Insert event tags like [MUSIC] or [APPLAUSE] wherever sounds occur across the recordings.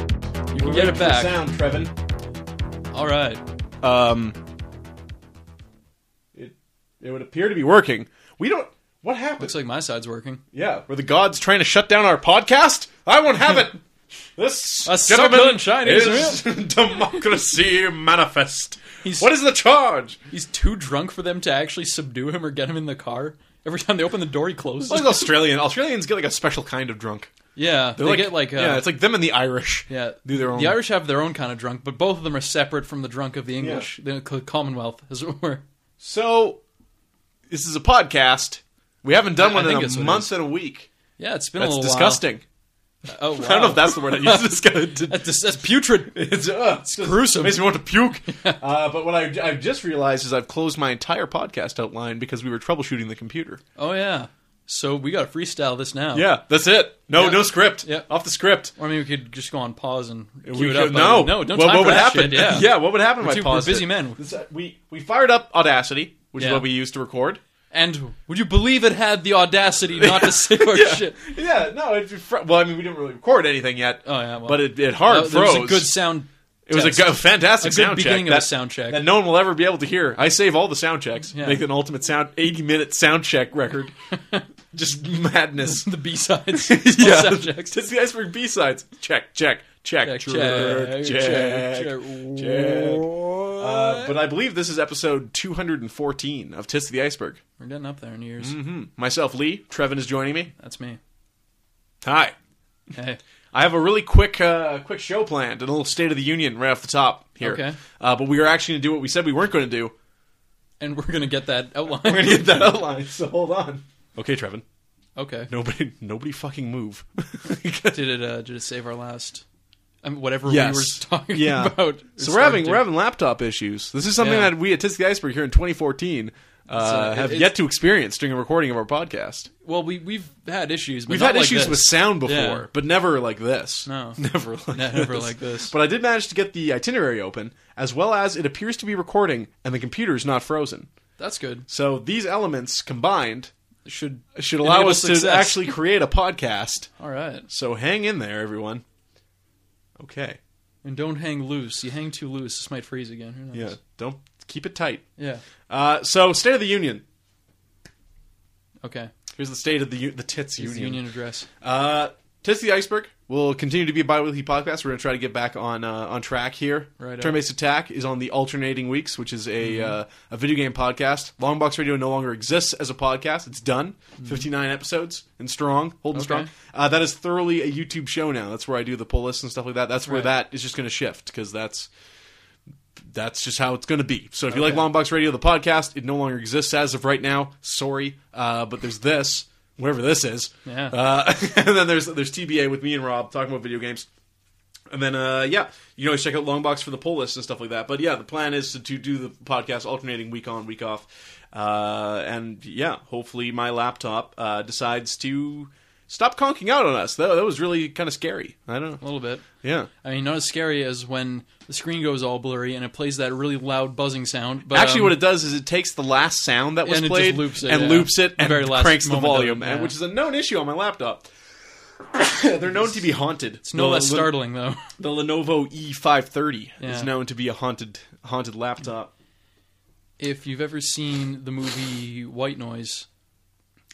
can We're get ready it for the back. Sound, Trevin. All right. Um, It it would appear to be working. We don't. What happened? looks like my side's working. yeah, were the gods trying to shut down our podcast? I won't [LAUGHS] have it. This A gentleman succulent Chinese is [LAUGHS] democracy manifest. He's- What is the charge? He's too drunk for them to actually subdue him or get him in the car. Every time they open the door, he closes. It's like Australian. Australians get like a special kind of drunk. yeah, they They're get like uh, yeah, it's like them and the Irish. yeah. do their own. The Irish have their own kind of drunk, but both of them are separate from the drunk of the English, the Commonwealth, as it were. So this is a podcast. We haven't done I one think in it's a what it is. month and a week. Yeah, it's been a That's little disgusting. While. Oh, wow. [LAUGHS] I don't know if that's the word I used. disgusting. that's, dis- that's putrid. It's, uh, it's just- gruesome. Makes me want to [LAUGHS] puke. uh, but what I, I've just realized is I've closed my entire podcast outline because we were troubleshooting the computer. Oh yeah. So we got to freestyle this now. Yeah, that's it. No, Yeah. no script. Yeah. Off the script. Or I mean, we could just go on pause and cue We it could- up. no, no, don't Well, time what for would that happen? shit, [LAUGHS] Yeah, what would happen? We're, if I too, we're paused busy it? men. This, uh, we we fired up Audacity, which is Yeah. what we use to [LAUGHS] record. And would you believe it had the audacity not [LAUGHS] to save our shit? Yeah, no. It, fr- well, I mean, we didn't really record anything yet. Oh, yeah, well. but it, it hard Uh, there froze. was a good sound. It was a test. go- fantastic A good sound beginning check. of a that, sound check. that no one will ever be able to hear. I save all the sound checks. Yeah. Make an ultimate sound, eighty minute sound check record. Just [LAUGHS] madness. the B sides. [LAUGHS] yeah, subjects. just the iceberg B sides. Check, check, check, Check, check, check, check, check, check. check. Uh, but I believe this is episode 214 of Tits of the Iceberg. We're getting up there in years. Mm. Myself, Lee. Trevin is joining me. That's me. Hi. Hey, I have a really quick, uh, quick show planned, and a little State of the Union right off the top here. Okay. Uh, but we are actually going to do what we said we weren't going to do. and we're gonna get that outline. We're going to get that outline. So hold on. Okay, Trevin. okay. [LAUGHS] Nobody, nobody fucking move. Did it? Uh, did it save our last? I mean, whatever we Yes. were talking [LAUGHS] Yeah. about. so we're having Started we're having laptop issues. This is something Yeah. that we at Tisk the Iceberg here in 2014 uh, So it- have it's- yet to experience during a recording of our podcast. to- Well, we we've had issues. But We've not had like issues this. with sound before, Yeah. but never like this. No. [LAUGHS] never like Never this. like this. But I did manage to get the itinerary open, as well as it appears to be recording, and the computer is not frozen. That's good. So these elements combined Should should allow Enable us to success. actually create a podcast. all right. So hang in there, everyone. Okay. And don't hang loose. You hang too loose, this might freeze again. Who knows? Yeah. Don't keep it tight. Yeah. Uh, so State of the Union. Okay. Here's the state of the u- the tits It's union. the union address. Uh, tits the iceberg. We'll continue to be a bi-weekly podcast. We're going to try to get back on uh, on track here. Right on. Mm-hmm. Turn-based attack is on the alternating weeks, which is a uh, a video game podcast. Longbox Radio no longer exists as a podcast. It's done. Fifty nine episodes and strong, holding Mm-hmm. Okay. strong. Uh, that is thoroughly a YouTube show now. That's where I do the pull list and stuff like that. That's where Right. that is just going to shift because that's that's just how it's going to be. So if you Okay. like Longbox Radio, the podcast, it no longer exists as of right now. Sorry, uh, but there's this, whatever this is. Yeah. Uh, [LAUGHS] and then there's there's TBA with me and Rob talking about video games. And then uh, yeah, you can always check out Longbox for the pull list and stuff like that. But yeah, the plan is to, to do the podcast alternating week on, week off. Uh, and yeah, hopefully my laptop uh, decides to stop conking out on us. That, that was really kind of scary. I don't A know. little bit. Yeah. I mean, not as scary as when the screen goes all blurry and it plays that really loud buzzing sound. But Actually, um, what it does is it takes the last sound that was And it just played loops it, and yeah. loops it The and very last cranks the moment of it, volume, and- yeah. which is a known issue on my laptop. [COUGHS] They're known to be haunted. it's no less startling though. [LAUGHS] The Lenovo E530 Yeah. is known to be a haunted haunted laptop. if you've ever seen the movie White Noise,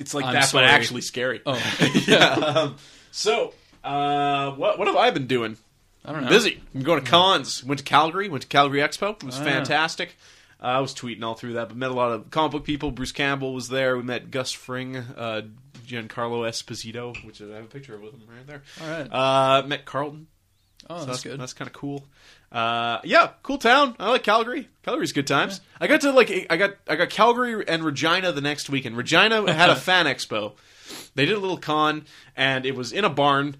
It's like I'm that, sorry. but actually scary. oh, [LAUGHS] yeah. Um, so, uh, what what have I been doing? I don't know. Busy. I'm going to cons. Went to Calgary. Went to Calgary Expo. It was Ah. fantastic. Uh, I was tweeting all through that, but met a lot of comic book people. Bruce Campbell was there. We met Gus Fring, uh, Giancarlo Esposito, which I have a picture of with him right there. All right. Uh, met Carlton. Oh, So that's good. That's kind of cool. Uh, yeah, cool town. I like Calgary. Calgary's good times. I got to like I got I got Calgary and Regina the next [LAUGHS] weekend. Regina had a fan expo. They did a little con, and it was in a barn.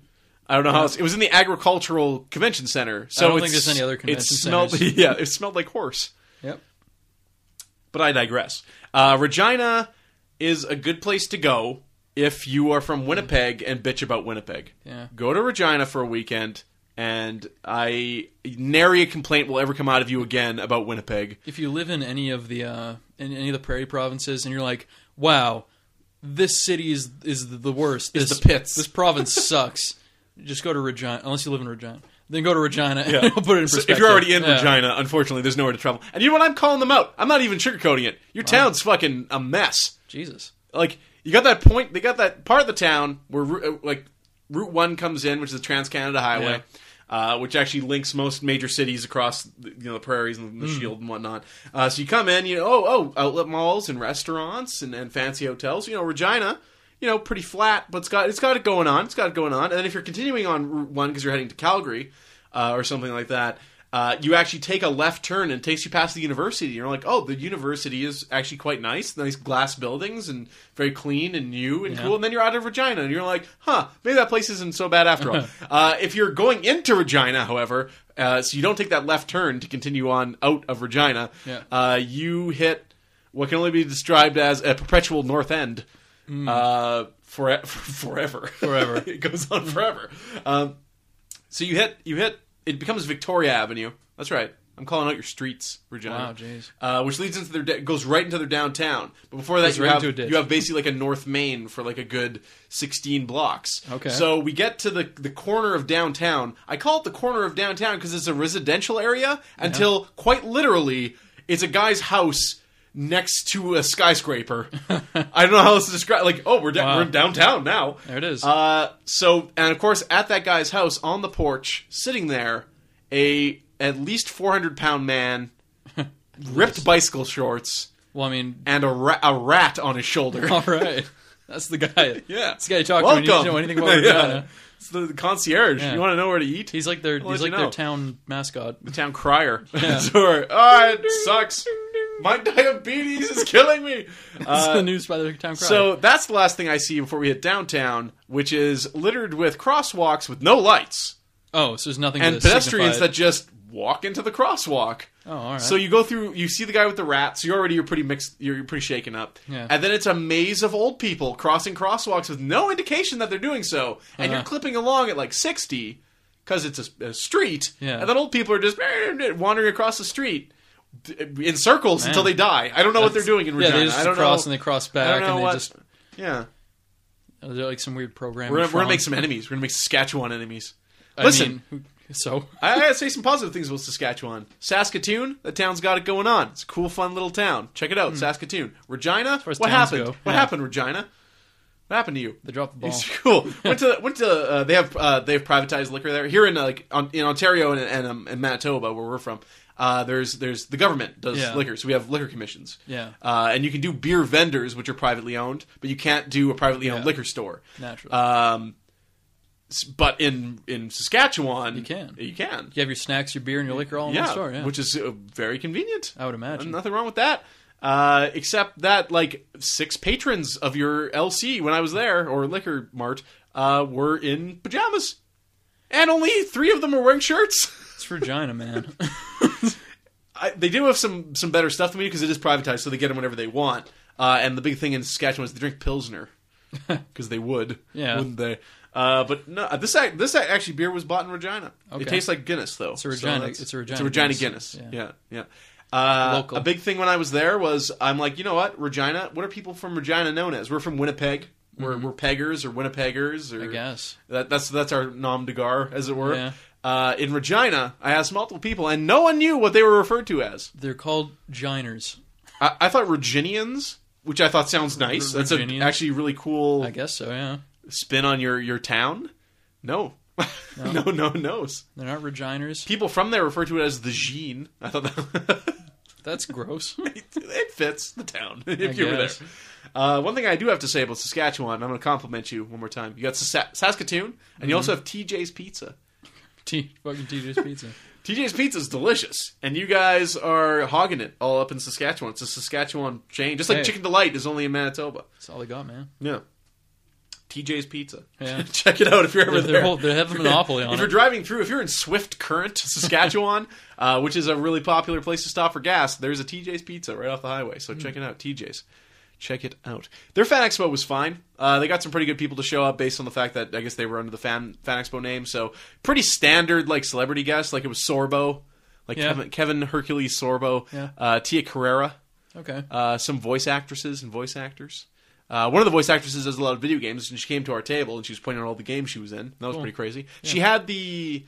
I don't know how else. it was in the agricultural convention center. So don't think it's- there's any other convention it smelled, centers. [LAUGHS] Yeah, it smelled like horse. Yep. But I digress. Uh, Regina is a good place to go if you are from Winnipeg and bitch about Winnipeg Yeah. go to Regina for a weekend, and I nary a complaint will ever come out of you again about Winnipeg. If you live in any of the uh, in any of the prairie provinces, and you're like, wow, this city is is the worst. This the pits. [LAUGHS] This province sucks. Just go to Regina, unless you live in Regina. then go to Regina Yeah. and [LAUGHS] put it in [LAUGHS] So perspective. if you're already in Yeah. Regina, unfortunately, there's nowhere to travel. And you know what? I'm calling them out. I'm not even sugarcoating it. Your town's fucking a mess. Jesus. Like you got that point. They got that part of the town where Ru- uh, like Route One comes in, which is the Trans Canada Highway, uh, which actually links most major cities across the, you know the prairies and the Shield and whatnot. Uh, so you come in, you know, oh oh, outlet malls and restaurants and, and fancy hotels. You know, Regina. You know, pretty flat, but it's got it's got it going on. It's got it going on. And then if you're continuing on Route One because you're heading to Calgary uh, or something like that, uh, you actually take a left turn and it takes you past the university. You're like, oh, the university is actually quite nice, nice glass buildings and very clean and new and Yeah. cool. And then you're out of Regina and you're like, huh, maybe that place isn't so bad [LAUGHS] after all. uh, if you're going into Regina, however, uh, so you don't take that left turn to continue on out of Regina, Yeah. uh, you hit what can only be described as a perpetual north end uh, for, [LAUGHS] forever. Mm. Forever. [LAUGHS] it goes on forever. Um, so you hit you hit it becomes Victoria Avenue. That's right. I'm calling out your streets, Regina. Wow, jeez. Uh, which leads into their da- goes right into their downtown. But before that, Goes you right have into a ditch. you have basically like a North Main for like a good 16 blocks. Okay. So we get to the the corner of downtown. I call it the corner of downtown because it's a residential area until quite literally it's a guy's house next to [LAUGHS] a skyscraper. I don't know how else to describe. Like, oh, we're, da- Wow. we're downtown now. There it is. Uh, so, and of course, at that guy's house on the porch, sitting there, a at least 400 [LAUGHS] pound man, ripped bicycle shorts, well, I mean, and a, ra- a rat on [LAUGHS] his shoulder. all right. That's the guy. Yeah. This guy you talk to. and You don't know anything about [LAUGHS] Yeah. Regina. It's the, the concierge. Yeah. You want to know where to eat? He's like their I'll he's let like you know. their Uh, town mascot. [LAUGHS] the town [LAUGHS] crier. Or, oh, it sucks. My [LAUGHS] diabetes is killing me. It's Uh, the news by the town crier. So that's the last thing I see before we hit downtown, which is littered with crosswalks with no lights oh, so there's nothing and to pedestrians signify that just walk into the crosswalk. it. oh, all right. So you go through, you see the guy with the rat. So you're already you're pretty mixed, you're, you're pretty shaken up. Yeah. And then it's a maze of old people crossing crosswalks with no indication that they're doing so, and you're Uh-huh. clipping along at like sixty because it's a, a street. Yeah. And then old people are just wandering across the street in circles until they die. I don't know what they're doing in yeah, Regina. they just I don't cross know. and they cross I back don't know and they what. just yeah. they're like some weird program. We're gonna, we're gonna make from- some enemies. We're gonna make Saskatchewan enemies. I Listen, mean, who- so [LAUGHS] I I gotta say some positive things about Saskatchewan. Saskatoon, the town's got it going on. It's a cool, fun little town. Check it out, Saskatoon. Regina, far as what Hmm. towns happened? go, What yeah. happened, Regina? What happened to you? they drop the ball. It's [LAUGHS] cool. Went to went to uh, they have uh, they have privatized liquor there here in uh, like on, in Ontario and and, um, and Manitoba where we're from. Uh, there's there's the government does Yeah. liquor, so we have liquor commissions. Yeah. uh, and you can do beer vendors, which are privately owned, but you can't do a privately owned Yeah. liquor store. Naturally. Um, s- but in in Saskatchewan, you can. you can You have your snacks, your beer, and your liquor all in yeah, one store. Yeah, which is uh, very convenient. I would imagine. Nothing wrong with that. Uh, except that, like, six patrons of your LC when I was there, or Liquor Mart, uh, were in pajamas. And only three of them were wearing shirts. [LAUGHS] it's Regina, man. [LAUGHS] I, they do have some, some better stuff than we do because it is privatized, so they get them whenever they want. Uh, and the big thing in Saskatchewan is they drink [LAUGHS] Pilsner. Because they would. Yeah. Wouldn't they? Uh, but no, this act- this act- actually beer was bought in Regina. Okay. It tastes like Guinness though. It's a Regina- it's a Regina It's a Regina Guinness. Guinness. Yeah, yeah. Uh, Local. A big thing when I was there was I'm like, you know what, Regina? What are people from Regina known as? We're from Winnipeg. We're we're peggers or Winnipeggers or I guess. that, that's that's our nom de gar as it were. Yeah. Uh, in Regina, I asked multiple people, and no one knew what they were referred to as. They're called Giners. I, I thought Reginians, which I thought sounds nice. That's a, Virginians? actually really cool I guess so. Yeah, spin on your your town? No. [LAUGHS] No, no, no. no's. they're not Reginers. People from there refer to it as the Gene. I thought that [LAUGHS] That's gross. [LAUGHS] it, it fits the town [LAUGHS] if you were there. guess. Uh, one thing I do have to say about Saskatchewan, and I'm going to compliment you one more time. You got Sas- Saskatoon, and Mm-hmm. you also have TJ's Pizza. T- fucking TJ's Pizza. TJ's Pizza is delicious, and you guys are hogging it all up in Saskatchewan. It's a Saskatchewan chain, just like Hey. Chicken Delight is only in Manitoba. That's all they got, man. Yeah. TJ's Pizza. Yeah. [LAUGHS] Check it out if you're ever They're, there. they're whole, they have a monopoly on if you're it. driving through, if you're in Swift Current, Saskatchewan, [LAUGHS] uh, which is a really popular place to stop for gas, there's a TJ's Pizza right off the highway. So check it out, TJ's. Check it out. Their Fan Expo was fine. Uh, they got some pretty good people to show up based on the fact that I guess they were under the Fan Fan Expo name. So pretty standard like celebrity guests. Like it was Sorbo, like Yeah. Kevin, Kevin Hercules Sorbo, Yeah. uh, Tia Carrera, Okay. uh, some voice actresses and voice actors. Uh, one of the voice actresses does a lot of video games, and she came to our table and she was pointing out all the games she was in. That was pretty crazy. She had the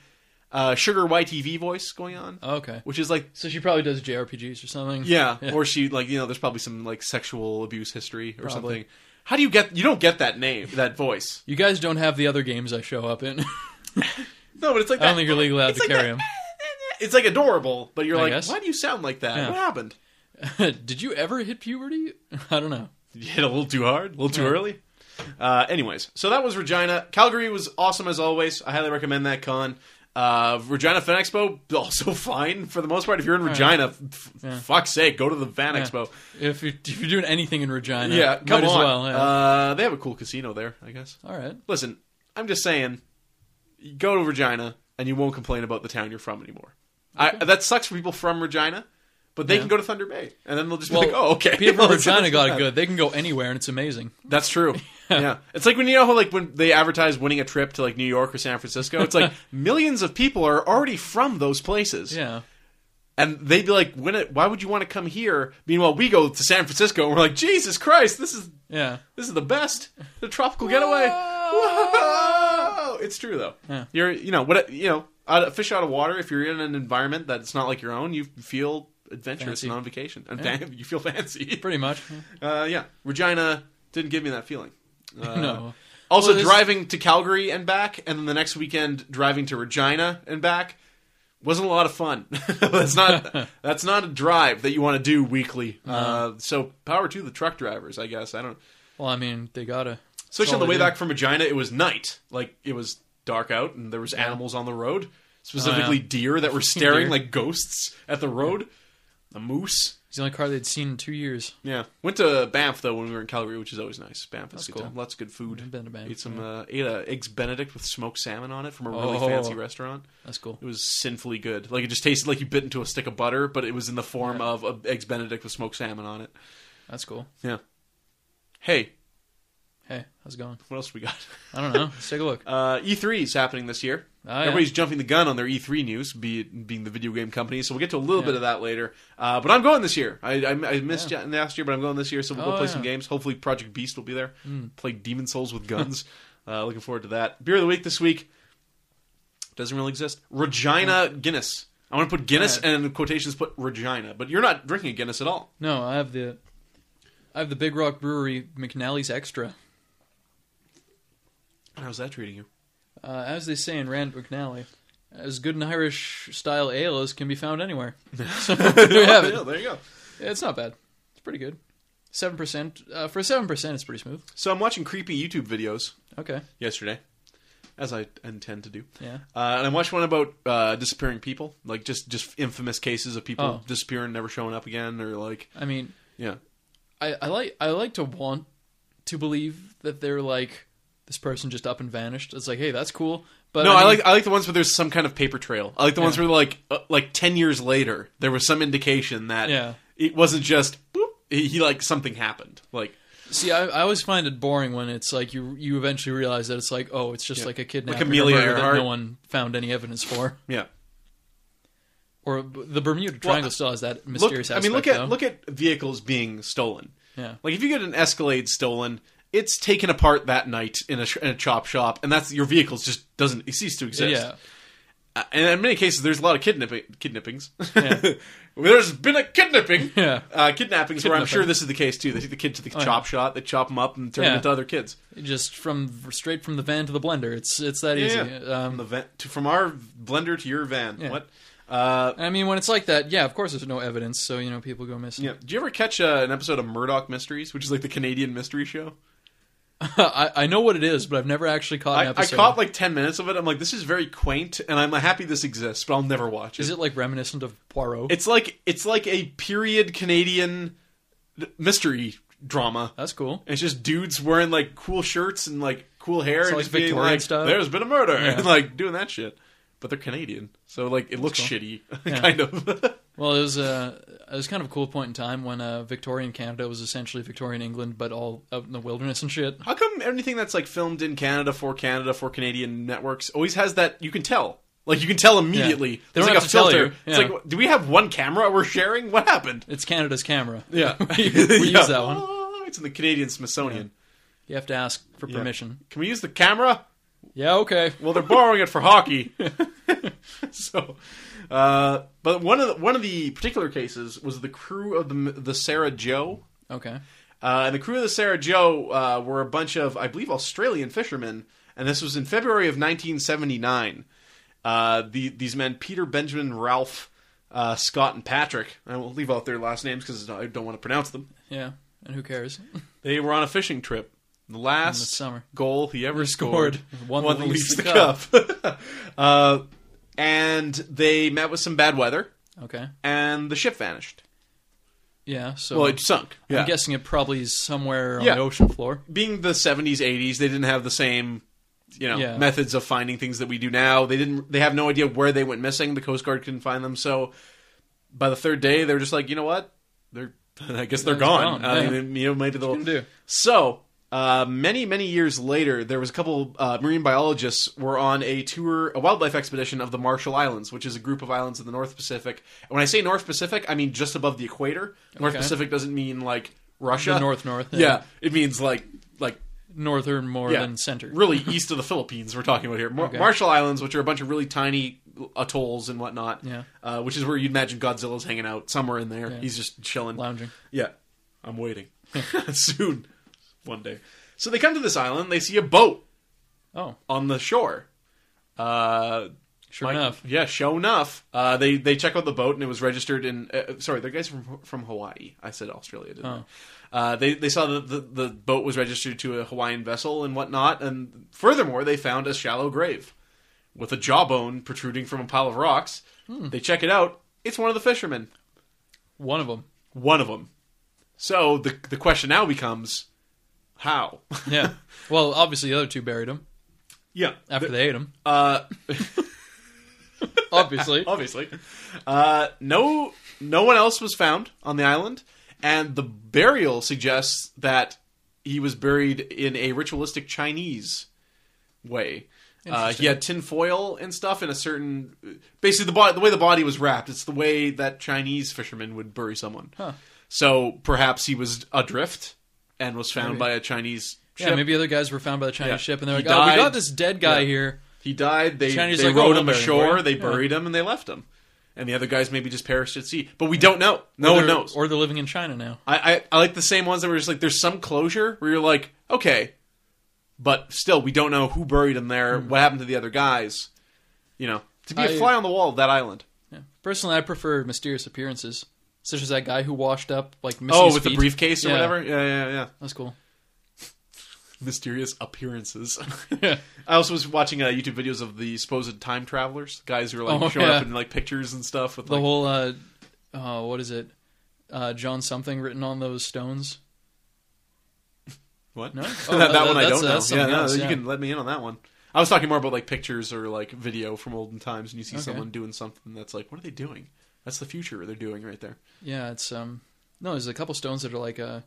uh, Sugar YTV voice going on, Okay. which is like So she probably does JRPGs or something. yeah, Yeah. or she like you know there's probably some like sexual abuse history or Probably. something. How do you get you don't get that name that voice? You guys don't have the other games I show up in. [LAUGHS] No, but it's like I don't that- think you're legally allowed it's to like carry that- It's like adorable, but you're I like, guess. why do you sound like that? Yeah. What happened? them. Did you ever hit puberty? [LAUGHS] I don't know. Did [LAUGHS] you hit a little too hard, a little too Yeah. early? Uh, anyways, so that was Regina. Calgary was awesome as always. I highly recommend that con. Uh, Regina Fan Expo [LAUGHS] also fine for the most part. If you're in Regina, f- f- Yeah. fuck's sake, go to the Fan Yeah. Expo. If, you, if you're doing anything in Regina, Yeah, come might on. as well. Yeah. Uh, they have a cool casino there, I guess. All right. Listen, I'm just saying, go to Regina and you won't complain about the town you're from anymore. I, that sucks for people from Regina, but they Yeah. can go to Thunder Bay and then they'll just Well, be [LAUGHS] like, "Oh, okay." People [LAUGHS] Well, from it's- Regina it's got not it good. They can go anywhere, and it's amazing. [LAUGHS] That's true. yeah, it's like when you know how like when they advertise winning a trip to like New York or San Francisco. [LAUGHS] It's like millions of people are already from those places, Yeah. and they'd be like, "When? It, why would you want to come here?" Meanwhile, we go to San Francisco and we're like, "Jesus Christ, this is Yeah. this is the best. The tropical getaway. Whoa! It's true though. Yeah. You're, you know, what you know, out of, fish out of water. If you're in an environment that's not like your own, you feel adventurous Fancy. and on vacation, and Yeah. fan- [LAUGHS] you feel fancy. Pretty much. yeah. Uh, yeah, Regina didn't give me that feeling. [LAUGHS] Uh, no. Also, Well, this- driving to Calgary and back, and then the next weekend driving to Regina and back wasn't a lot of fun. [LAUGHS] [LAUGHS] that's not that's not a drive that you want to do weekly. Uh-huh. Uh, so power to the truck drivers, I guess. I don't. Well, I mean, they gotta. Especially on the Solid, way yeah. back from Regina, it was night. Like it was dark out, and there was animals on the road, specifically [LAUGHS] deer that were staring Oh, Deer. like ghosts at the road. A moose. It's the only car they'd seen in two years. Yeah, went to Banff though when we were in Calgary, which is always nice. Banff is That's good cool. time. Lots of good I've food. been to Banff, Ate some yeah. uh, ate a eggs Benedict with smoked salmon on it from a really Oh. fancy restaurant. That's cool. It was sinfully good. Like it just tasted like you bit into a stick of butter, but it was in the form of a eggs Benedict with smoked salmon on it. That's cool. Yeah. Hey, Hey, how's it going? what else we got? [LAUGHS] I don't know. Let's take a look. Uh, E3 is happening this year. Ah, yeah. Everybody's jumping the gun on their E3 news, be it being the video game company. So we'll get to a little Yeah. bit of that later. Uh, but I'm going this year. I, I, I missed ya- last year, but I'm going this year. So we'll go Oh, play yeah. Hmm. some games. Hopefully, Project Beast will be there. Play Demon Souls [LAUGHS] with guns. uh, looking forward to that. Beer of the week this week doesn't really exist. Regina Guinness. I want to put Guinness Yeah. and in quotations put Regina, but you're not drinking a Guinness at all. No, I have the, I have the Big Rock Brewery McNally's Extra. How's that treating you? Uh, as they say in Rand McNally, as good an Irish style ale as can be found anywhere. [LAUGHS] So there you have [LAUGHS] Yeah, it. there you go. It's not bad. It's pretty good. Seven percent uh, for seven percent. It's pretty smooth. So I'm watching creepy YouTube videos Okay. yesterday, as I intend to do. Yeah. Uh, and I watched one about uh, disappearing people, like just just infamous cases of people Oh. disappearing, never showing up again, or like I mean, yeah, I, I like I like to want to believe that they're like this person just up and vanished. It's like, hey, that's cool. But no, I, mean, like I like the ones where there's some kind of paper trail. I like the ones Yeah. where like uh, like ten years later there was some indication that Yeah. it wasn't just boop, he, he like something happened, like See, I, I always find it boring when it's like you you eventually realize that it's like, oh, it's just Yeah. like a kidnapping Like Amelia that Earhart. no one found any evidence for. yeah. Or b- the Bermuda Triangle still has that Look, mysterious I aspect. mean, look at though. look at vehicles being stolen. yeah, Like if you get an Escalade stolen, it's taken apart that night in a, sh- in a chop shop, and that's your vehicle just doesn't it ceased to exist. yeah. Uh, and in many cases, there's a lot of kidnapping, kidnappings. Yeah. [LAUGHS] there's been a kidnapping, [LAUGHS] Yeah. uh, kidnappings, where I'm Kidnapping. Oh, sure this is the case too. They take the kid to the yeah. chop shop, they chop them up, and turn them Yeah. into other kids. Just from straight from the van to the blender. It's it's that easy. from Um, the van, to, from our blender to your van. Yeah. What? Uh, I mean, when it's like that, yeah, of course, there's no evidence, so you know people go missing. yeah. Do you ever catch uh, an episode of Murdoch Mysteries, which is like the Canadian mystery show? [LAUGHS] I, I know what it is, but I've never actually caught an I, I episode. caught like ten minutes of it. I'm like, this is very quaint, and I'm happy this exists, but I'll never watch it. Is it like reminiscent of Poirot? It's like it's like a period Canadian mystery drama. That's cool. And it's just dudes wearing like cool shirts and like cool hair and like, just being Victorian like, style. There's been a murder Yeah. and [LAUGHS] like doing that shit. But they're Canadian, so like it looks cool. shitty, [LAUGHS] Yeah. kind of. [LAUGHS] Well, it was uh, it was kind of a cool point in time when uh, Victorian Canada was essentially Victorian England, but all out in the wilderness and shit. How come anything that's like filmed in Canada for Canada for Canadian networks always has that? You can tell, like you can tell immediately. They There's don't have like a to tell filter. you. It's Yeah. like, do we have one camera we're sharing? What happened? It's Canada's camera. [LAUGHS] Yeah, [LAUGHS] we, we Yeah. use that one. Oh, it's in the Canadian Smithsonian. You have to ask for Yeah. permission. Can we use the camera? Yeah, okay. Well, they're borrowing it for hockey. [LAUGHS] so, uh, but one of the, one of the particular cases was the crew of the the Sarah Joe. Okay. Uh, and the crew of the Sarah Joe uh, were a bunch of, I believe, Australian fishermen, and this was in February of 1979. Uh, the, these men, Peter, Benjamin, Ralph, uh, Scott, and Patrick, I will leave out their last names because I don't want to pronounce them. Yeah. And who cares? [LAUGHS] They were on a fishing trip. The last summer. goal he ever He scored, scored. won, One the leaves Leafs the the cup. [LAUGHS] uh, and they met with some bad weather, Okay. and the ship vanished. Yeah. So Well, it sunk. Yeah. I'm guessing it probably is somewhere on Yeah. the ocean floor. being the 70s 80s they didn't have the same you know Yeah. methods of finding things that we do now they didn't they have no idea where they went missing the coast guard couldn't find them so by the third day they're just like you know what they're [LAUGHS] i guess they're It's gone, gone, I yeah. mean, you know maybe they'll you gonna do? so uh, many many years later there was a couple uh, marine biologists were on a tour a wildlife expedition of the marshall islands which is a group of islands in the north pacific and when i say north pacific i mean just above the equator north Okay. pacific doesn't mean like russia The north north. uh, yeah it means like like Northern more Yeah. than center. really east of the Philippines we're talking about here. Mar- Okay. Marshall Islands, which are a bunch of really tiny atolls and whatnot. Yeah. Uh, which is where you'd imagine Godzilla's hanging out somewhere in there. Yeah. He's just chilling. Lounging. Yeah. I'm waiting. [LAUGHS] Soon. One day. So they come to this island. They see a boat Oh, on the shore. Uh, sure like- enough. Yeah, show enough. Uh, they they check out the boat and it was registered in. Uh, sorry, the guys from from Hawaii. I said Australia, didn't Oh. I? Uh, they they saw that the, the boat was registered to a Hawaiian vessel and whatnot, and furthermore, they found a shallow grave with a jawbone protruding from a pile of rocks. Hmm. They check it out. It's one of the fishermen. One of them. One of them. So the the question now becomes, how? [LAUGHS] Yeah. well, obviously the other two buried him yeah. after they ate him. Uh, [LAUGHS] Obviously. obviously. Uh, no, no one else was found on the island, and the burial suggests that he was buried in a ritualistic Chinese way. Uh, Interesting. he had tin foil and stuff in a certain, basically the body, the way the body was wrapped. It's the way that Chinese fishermen would bury someone. Huh. So perhaps he was adrift and was found Maybe. by a Chinese ship. Yeah, maybe other guys were found by the Chinese Yeah. ship, and they're He like, "Oh, we died. got this dead guy Yeah. here." He died. They, Chinese they like, rowed oh, him we'll bury him, ashore. boy. They Yeah. buried him and they left him. And the other guys maybe just perished at sea. But we don't know. No Or one they're- knows. Or they're living in China now. I, I I like the same ones that were just like there's some closure where you're like okay, but still we don't know who buried him there. What happened to the other guys? You know, to be a Hmm. I- fly on the wall of that island. Yeah. Personally, I prefer mysterious appearances, such as that guy who washed up like missing Oh, his with the feet. briefcase or Yeah, whatever. Yeah, yeah, yeah. That's cool. Mysterious appearances. [LAUGHS] Yeah. I also was watching uh, YouTube videos of the supposed time travelers, guys who are like Oh, showing yeah. up in like pictures and stuff with The like whole uh, uh, what is it? Uh, John something written on those stones. What? No? [LAUGHS] that, Oh, that that- one I that's- don't know. that's Yeah, something no, else, you yeah. can let me in on that one. I was talking more about like pictures or like video from olden times, and you see Okay. someone doing something that's like, what are they doing? That's the future they're doing right there. Yeah, it's um no, there's a couple stones that are like uh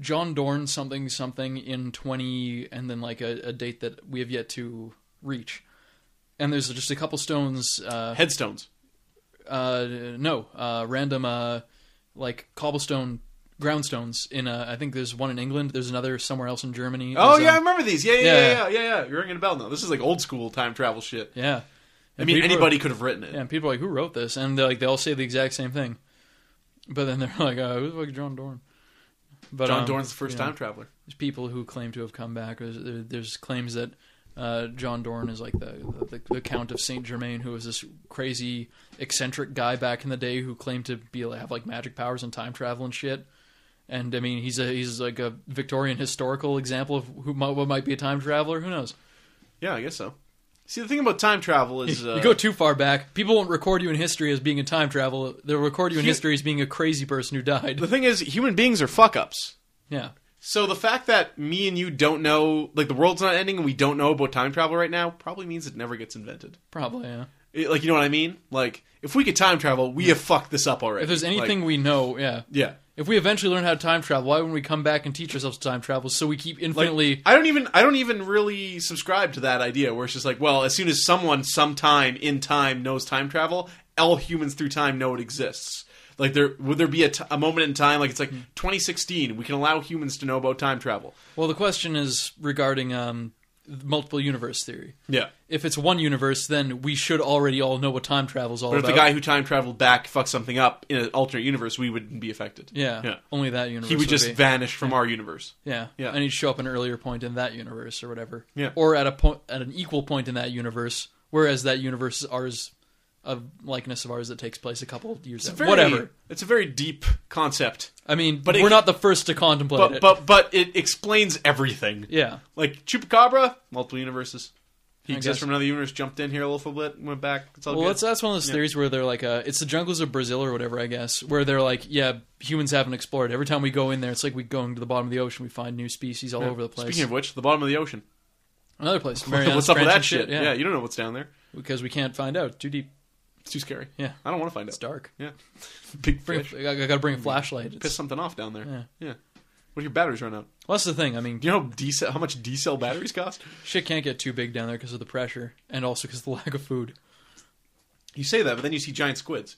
John Dorn something something in twenty and then like a, a date that we have yet to reach. And there's just a couple stones uh Headstones. uh no, uh random uh like cobblestone groundstones in uh I think there's one in England, there's another somewhere else in Germany. Oh There's, yeah, I um, remember these. Yeah, yeah, yeah, yeah, yeah, yeah. yeah. You're ringing a bell now. This is like old school time travel shit. yeah. I mean, people- anybody could have written it. Yeah, and people are like, who wrote this? And they're like, they all say the exact same thing. But then they're [LAUGHS] like, uh, who's like John Dorn? But, John um, Dorn's the first yeah. time traveler. There's people who claim to have come back. There's, there- there's claims that uh, John Dorn is like the, the the Count of Saint Germain, who was this crazy eccentric guy back in the day who claimed to be have like magic powers and time travel and shit. And I mean, he's a he's like a Victorian historical example of who might, what might be a time traveler. Who knows? Yeah, I guess so. See, the thing about time travel is uh, [LAUGHS] you go too far back, people won't record you in history as being a time traveler. They'll record you in Hu- history as being a crazy person who died. [LAUGHS] the thing is human beings are fuck ups. Yeah, So the fact that me and you don't know, like the world's not ending, and we don't know about time travel right now, probably means it never gets invented. probably. Yeah. It- like you know what I mean? Like if we could time travel, we have fucked this up already. If there's Like, anything we know, yeah. yeah. If we eventually learn how to time travel, why wouldn't we come back and teach ourselves to time travel so we keep Like, infinitely? I don't even I don't even really subscribe to that idea where it's just like, well, as soon as someone sometime in time knows time travel, all humans through time know it exists. Like there would there be a, t- a moment in time like it's Hmm. like 2016 we can allow humans to know about time travel. well, the question is regarding um, multiple universe theory. Yeah. If it's one universe, then we should already all know what time travel's all But if about. the guy who time traveled back fucks something up in an alternate universe, we wouldn't be affected. yeah, Yeah. only that universe. He would just be. vanish from our universe. yeah, Yeah. and he'd show up at an earlier point in that universe or whatever. Yeah. or at a point at an equal point in that universe, whereas that universe is ours, a likeness of ours that takes place a couple of years. It's a out- very- whatever. It's a very deep concept, I mean, But but it- we're not the first to contemplate but it. but but it explains everything. yeah, Like Chupacabra, multiple universes. He I exists guess. from another universe, jumped in here a little bit, went back. It's all well, good. that's that's one of those Yeah. theories where they're like, uh, it's the jungles of Brazil or whatever, I guess, where they're like, yeah, humans haven't explored. Every time we go in there, it's like we going to the bottom of the ocean, we find new species all Yeah. over the place. Speaking of which, the bottom of the ocean. [LAUGHS] Another place, Mariana What's up with Trench that and shit? Yeah. yeah, you don't know what's down there. because we can't find out. Too deep. It's too scary. Yeah. I don't want to find It's out. dark. Yeah. Big Bring fish. a, I, I gotta bring a flashlight. Piss It's, something off down there. Yeah. What if your batteries run out? well, that's the thing. I mean, Do you know how, D cell, how much D cell batteries cost? shit can't get too big down there because of the pressure and also because of the [LAUGHS] lack of food. You say that, but then you see giant squids.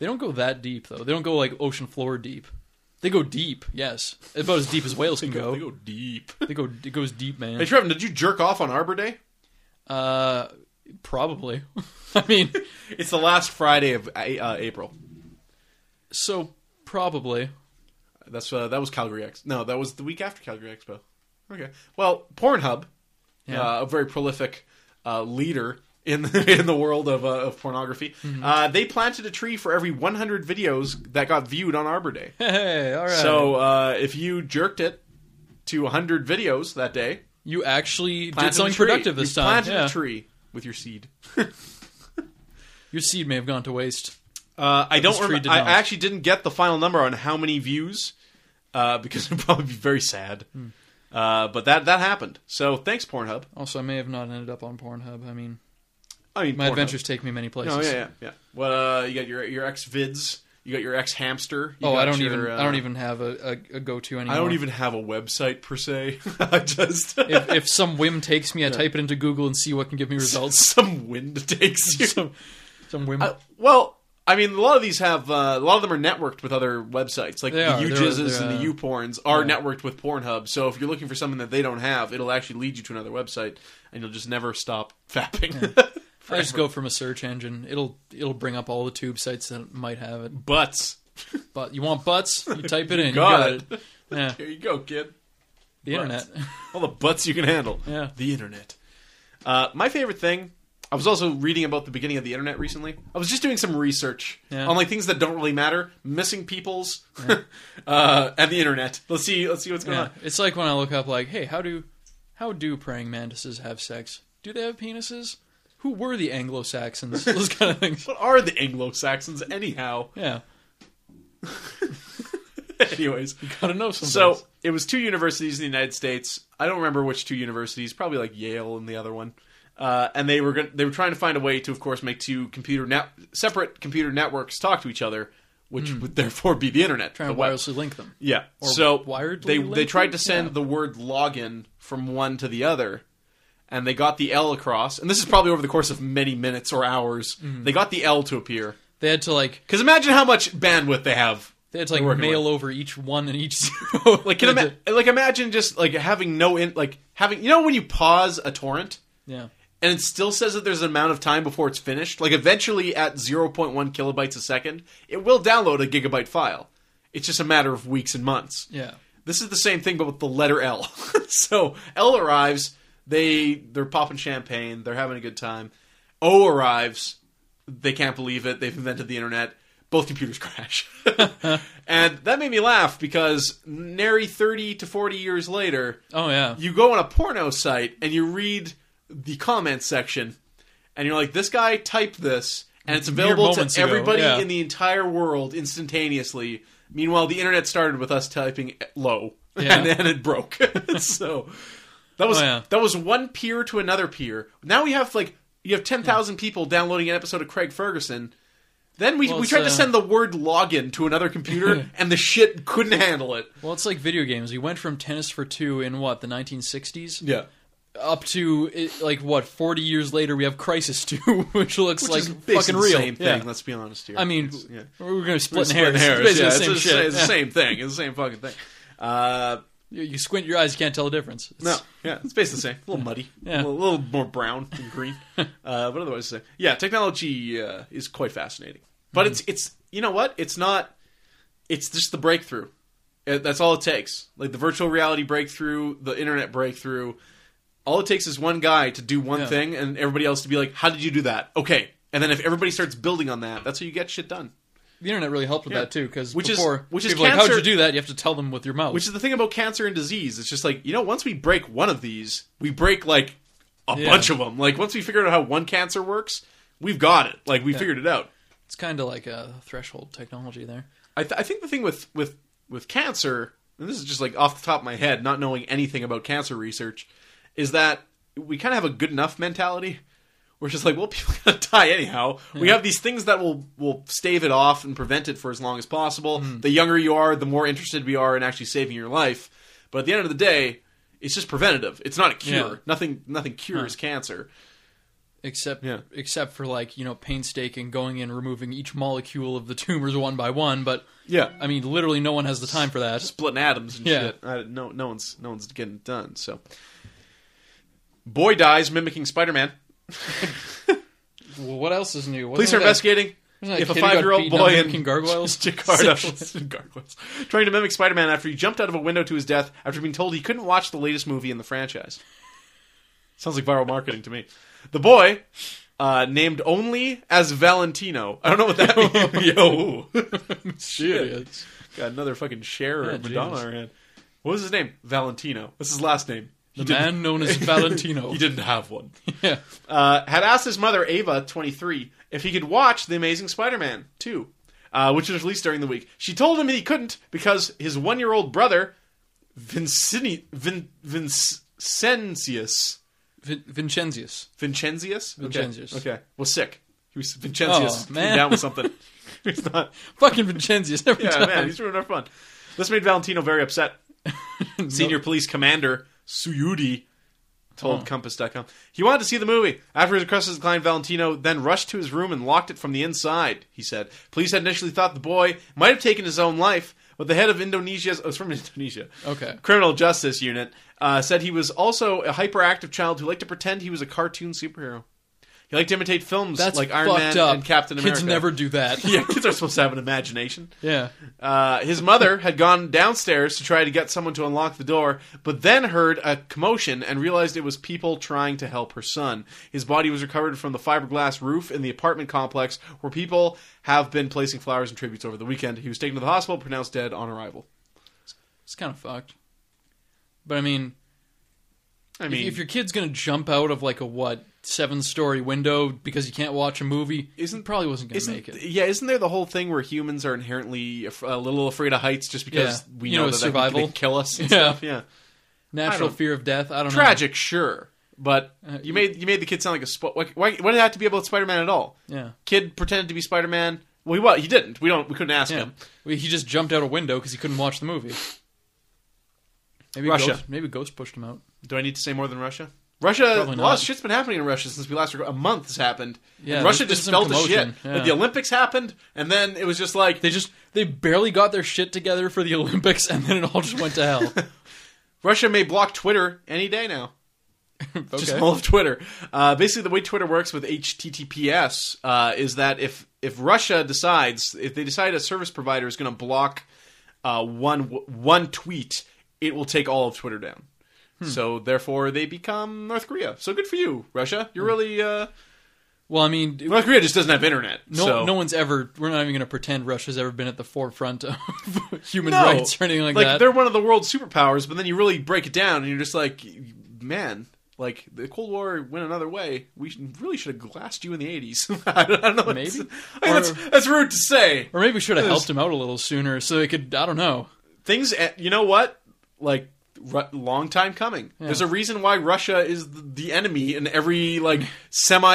They don't go that deep though. They don't go like ocean floor deep. They go deep, yes, about as deep as whales They can go, they go. go deep. [LAUGHS] They go. It goes deep, man. Hey, Trevin, did you jerk off on Arbor Day? Uh, probably. [LAUGHS] I mean, It's the last Friday of A- uh, April. so probably. That's uh, that was Calgary X. No, that was the week after Calgary Expo. Okay. Well, Pornhub, Yeah. uh, a very prolific uh, leader in the, [LAUGHS] in the world of, uh, of pornography, Mm-hmm. uh, they planted a tree for every 100 videos that got viewed on Arbor Day. Hey, all right. So uh, if you jerked it to 100 videos that day, you actually did planted something a tree. productive this you time. Planted yeah. a tree with your seed. Your seed may have gone to waste. Uh, I don't. this tree Rem- did I not. actually didn't get the final number on how many views, uh, [LAUGHS] because it'd probably be very sad. Hmm. Uh, but that that happened. So thanks, Pornhub. Also, I may have not ended up on Pornhub. I mean, I mean, my Pornhub. adventures take me many places. No, yeah, yeah, yeah. What uh, you got your your ex vids. You got your ex hamster. you Oh, I got don't your, even. uh, I don't even have a, a, a go-to anymore. I don't even have a website per se. [LAUGHS] I [LAUGHS] just [LAUGHS] If, if some whim takes me, I type it into Google and see what can give me results. some [LAUGHS] wind [LAUGHS] takes you. some, some whim. I- Uh, well, I mean, a lot of these have uh, a lot of them are networked with other websites, like They the are. They're- UJizzes they're, and the uh, UPorns are yeah. networked with Pornhub. So if you're looking for something that they don't have, it'll actually lead you to another website, and you'll just never stop [LAUGHS] fapping. I just go from a search engine. It'll it'll bring up all the tube sites that might have it. Butts. But you want butts? You type it in. you got got it. Yeah, [LAUGHS] Here you go, kid. the internet. All the butts you can handle. Yeah. The internet. Uh, my favorite thing. I was also reading about the beginning of the internet recently. I was just doing some research Yeah. on like things that don't really matter, missing peoples, [LAUGHS] uh, and the internet. Let's see. Let's see what's going Yeah. on. [LAUGHS] It's like when I look up, like, hey, how do how do praying mantises have sex? Do they have penises? Who were the Anglo [LAUGHS] Saxons? Those kind of things. What are the Anglo Saxons anyhow? [LAUGHS] Yeah, [LAUGHS] Anyways, gotta know some. so it was two universities in the United States. I don't remember which two universities, probably like Yale and the other one. Uh, and they were gonna, they were trying to find a way to, of course, make two computer net separate computer networks talk to each other, which Hmm. would therefore be the internet. trying to the web. wirelessly link them. Yeah. Or so wiredly they linked they tried it? to send Yeah. the word login from one to the other, and they got the L across. And this is probably over the course of many minutes or hours. Hmm. They got the L to appear. They had to like Because imagine how much bandwidth they have. they had to like They're working mail over each one and each zero. [LAUGHS] [LAUGHS] Like, can They ima- had to- like imagine just like having no in, like having you know when you pause a torrent yeah. and it still says that there's an amount of time before it's finished. Like eventually at 0.1 kilobytes a second, it will download a gigabyte file. It's just a matter of weeks and months. Yeah. This is the same thing, but with the letter L. [LAUGHS] so L arrives. They they're popping champagne. They're having a good time. O arrives. They can't believe it. They've invented the internet. Both computers [LAUGHS] crash, and that made me laugh because nary thirty to forty years later, Oh yeah. you go on a porno site and you read the comment section, and you're like, "This guy typed this, and it's Mere available moments to ago, everybody yeah. in the entire world instantaneously." Meanwhile, the internet started with us typing low, [LAUGHS] Yeah. and then it broke. [LAUGHS] so that was Oh, yeah. that was one peer to another peer. Now we have like you have ten thousand people downloading an episode of Craig Ferguson. Then we, Well, we it's, tried to uh, send the word login to [LAUGHS] another computer, and the shit couldn't handle it. Well, it's like video games. We went from Tennis for Two in what the 1960s Yeah. up to it, like what 40 years later we have Crisis Two, [LAUGHS] which looks Which like is fucking basically real. the same thing. Yeah. Let's be honest here. I mean, It's- yeah. we're gonna We're split splitting hairs. hairs, It's basically yeah, the same it's the shit. It's Yeah. the same thing. It's the same fucking thing. Uh, You, you squint your eyes, you can't tell the difference. It's- No, yeah, it's basically the same. A little muddy, Yeah. a, little, a little more brown than [LAUGHS] green, uh, but otherwise the same. Yeah, technology uh, is quite fascinating, but it's it's you know what? It's not. It's just the breakthrough. Uh, That's all it takes. Like the virtual reality breakthrough, the internet breakthrough. All it takes is one guy to do one Yeah. thing, and everybody else to be like, "How did you do that?" Okay, and then if everybody starts building on that, that's how you get shit done. The internet really helped with Yeah. that too, because Which is- before which is people are like, how'd cancer- you do that? You have to tell them with your mouth. Which is the thing about cancer and disease. It's just like, you know, once we break one of these, we break like a Yeah. bunch of them. Like once we figured out how one cancer works, we've got it. Like we figured it out. it's kind of like a threshold technology there. I, th- I think the thing with with with cancer, and this is just like off the top of my head, not knowing anything about cancer research, is that we kind of have a good enough mentality. We're just like, well, [LAUGHS] people are gonna die anyhow. We have these things that will will stave it off and prevent it for as long as possible. The younger you are, the more interested we are in actually saving your life. But at the end of the day, it's just preventative. It's not a cure. Yeah. Nothing nothing cures cancer. Except, Yeah. except for like you know painstaking going in removing each molecule of the tumors one by one. But Yeah, I mean, literally, no one has the time for that. splitting atoms and Yeah. shit. I, no, no one's no one's getting it done. So, boy dies mimicking Spider-Man. [LAUGHS] Well, what else is new? Wasn't Police are there that- investigating wasn't that if a kid who got five-year-old beaten up boy in making [LAUGHS] gargoyles. [LAUGHS] Gargoyles. [LAUGHS] gargoyles trying to mimic Spider-Man after he jumped out of a window to his death after being told he couldn't watch the latest movie in the franchise. Sounds like viral marketing to me. The boy. Uh, named only as Valentino. I don't know what that [LAUGHS] means. [LAUGHS] Yo, Shit. got another fucking share Yeah, or Madonna Jesus. on our hand. What was his name? Valentino. That's his last name. The didn't- man [LAUGHS] known as Valentino. He didn't have one. Yeah. Uh, had asked his mother, Ava, 23, if he could watch The Amazing Spider Man 2, uh, which was released during the week. She told him he couldn't because his one year old brother, Vincini, Vin, Vincentius, Vin- Vincenzius. Vincentius? Okay. Vincentius. Okay. Was sick. He was Vincentius. Oh, man. Came down with something. [LAUGHS] [LAUGHS] He's not. Fucking Vincenzius every Yeah, time. [LAUGHS] man, he's ruined our fun. This made Valentino very upset. Senior police commander Suyudi told Huh. Compass.com he wanted to see the movie. After his request was declined, Valentino then rushed to his room and locked it from the inside. He said police had initially thought the boy might have taken his own life, but the head of Indonesia's oh, it's from [LAUGHS] Indonesia Okay. criminal justice unit uh, said he was also a hyperactive child who liked to pretend he was a cartoon superhero. He liked to imitate films That's like Iron fucked Man up. and Captain America. Kids never do that. [LAUGHS] yeah, kids are supposed to have an imagination. yeah. Uh, his mother had gone downstairs to try to get someone to unlock the door, but then heard a commotion and realized it was people trying to help her son. His body was recovered from the fiberglass roof in the apartment complex where people have been placing flowers and tributes over the weekend. He was taken to the hospital, pronounced dead on arrival. It's kind of fucked. But I mean, I if- mean, if your kid's gonna jump out of like a what seven story window because you can't watch a movie, Isn't- probably wasn't gonna isn't, make it. yeah, isn't there the whole thing where humans are inherently af- a little afraid of heights just because Yeah. we You know, know, that that survival. can kill us [LAUGHS] and Yeah. stuff? Yeah, Natural don't- fear of death. I don't tragic, sure, but Uh, you made you made the kid sound like a. Spo- why, why, why did it have to be about Spider Man at all? know. Yeah. kid pretended to be Spider Man. Well, he was. He didn't. We don't. We couldn't ask Yeah. him. Well, He just jumped out a window because he couldn't watch the movie. Maybe Russia. Ghost, maybe Ghost pushed him out. Do I need to say more than Russia? Russia. Probably A not. lot of shit's been happening in Russia since we last recorded. A month has happened. Yeah, And Russia there's been just some fell to shit. commotion, Like, yeah. the Olympics happened, and then it was just like They just they barely got their shit together for the [LAUGHS] Olympics, and then it all just went to hell. Russia may block Twitter any day now. okay. [LAUGHS] Just all of Twitter. Uh, basically, the way Twitter works with HTTPS uh, is that if if Russia decides if they decide a service provider is going to block uh, one one tweet, it will take all of Twitter down. Hmm. So therefore, they become North Korea. So good for you, Russia. You're Hmm. really uh, well, I mean, it- North Korea just doesn't have internet. no, so. no one's ever. We're not even going to pretend Russia's ever been at the forefront of [LAUGHS] human [LAUGHS] No. rights or anything like, that. they're one of the world's superpowers, but then you really break it down, and you're just like, man, like the Cold War went another way. We should, really should have glassed you in the '80s. [LAUGHS] I don't know. Maybe. It's- I mean, that's, that's rude to say. Or maybe we should have helped him out a little sooner so they could. I don't know. Things, eh, you know what? Like, ru- long time coming. There's a reason why Russia is the, the enemy in every like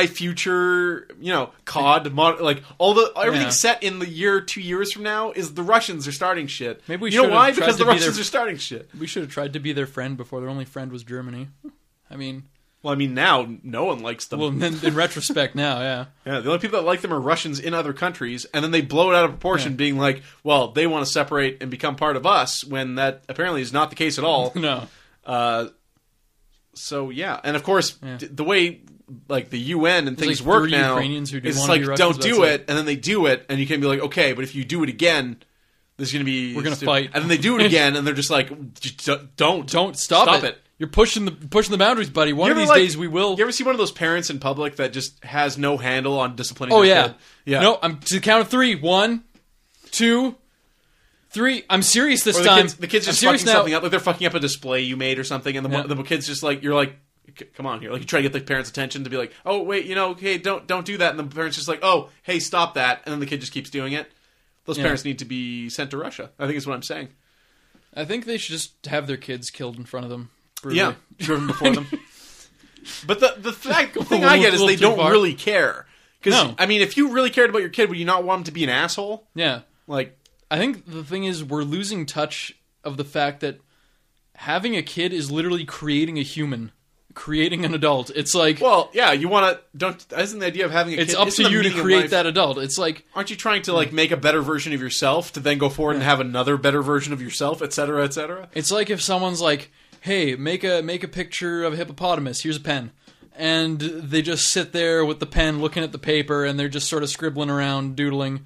semi-future, you know, COD mod. Like all the everything Yeah. set in the year two years from now is the Russians are starting shit. Maybe we you know should have why? tried Because to the be Russians their- are starting shit. We should have tried to be their friend before their only friend was Germany. I mean, Well, I mean, now no one likes them. Well, in, in retrospect now, yeah. yeah, the only people that like them are Russians in other countries, and then they blow it out of proportion, Yeah. being like, "Well, they want to separate and become part of us," when that apparently is not the case [LAUGHS] at all. No. Uh, so yeah, and of course, Yeah. d- the way like the UN and There's, things like, work three now Ukrainians who do it's wanna like be Russians, don't do that's it, and then they do it, and you can be like, okay, but if you do it again, there's gonna be We're gonna stu-" fight. and then [LAUGHS] they do it again, and they're just like, "J- d- don't, Don't stop, Stop it. it. You're pushing the pushing the boundaries, buddy. One You of ever, these like- days we will. You ever see one of those parents in public that just has no handle on disciplining? Oh their yeah. kid? yeah. No, I'm to the count of three. One, two, three. I'm serious this Or the time. kids, the kids I'm just serious fucking now. something up, like they're fucking up a display you made or something, and the, Yeah. the kids just like you're like, "C- come on here, like you try to get the parents' attention to be like, oh wait, you know, hey, don't don't do that, and the parents just like, oh hey, stop that, and then the kid just keeps doing it. Those Yeah. parents need to be sent to Russia. I think is what I'm saying. I think they should just have their kids killed in front of them. Brutally. Yeah, driven before them. But the [LAUGHS] the fact, the thing I little- get is little they too don't far. really care. Because No. I mean, if you really cared about your kid, would you not want him to be an asshole? [LAUGHS] Yeah. Like I think the thing is we're losing touch of the fact that having a kid is literally creating a human, creating an adult. It's like Well, yeah, you want to don't. Isn't the idea of having a it's kid? up isn't to the you to meaning of create life- that Mm. adult. It's like Aren't you trying to like make a better version of yourself to then go forward and have another better version of yourself, et cetera, et cetera? It's like if someone's like, "Hey, make a make a picture of a hippopotamus. Here's a pen." And they just sit there with the pen looking at the paper and they're just sort of scribbling around, doodling.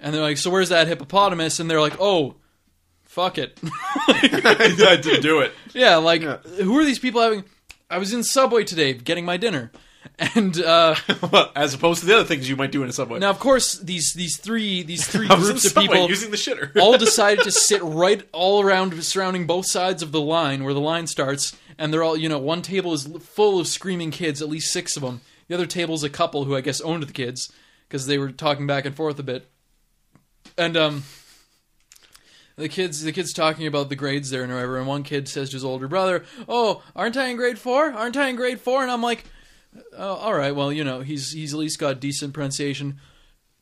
And they're like, "So where's that hippopotamus?" And they're like, "Oh, fuck it." [LAUGHS] I didn't do it. [LAUGHS] yeah, like Yeah. who are these people having I was in Subway today getting my dinner. And [LAUGHS] uh As opposed to the other things you might do in a subway. now of course these these three [LAUGHS] these three I was in groups of subway people using the shitter. all decided to sit right all around surrounding both sides of the line where the line starts and they're all you know one table is l- full of screaming kids at least six of them the other table's a couple who i guess owned the kids because they were talking back and forth a bit and um the kids the kids talking about the grades there and whatever and one kid says to his older brother oh aren't i in grade four aren't i in grade four and i'm like oh, all right well you know he's he's at least got decent pronunciation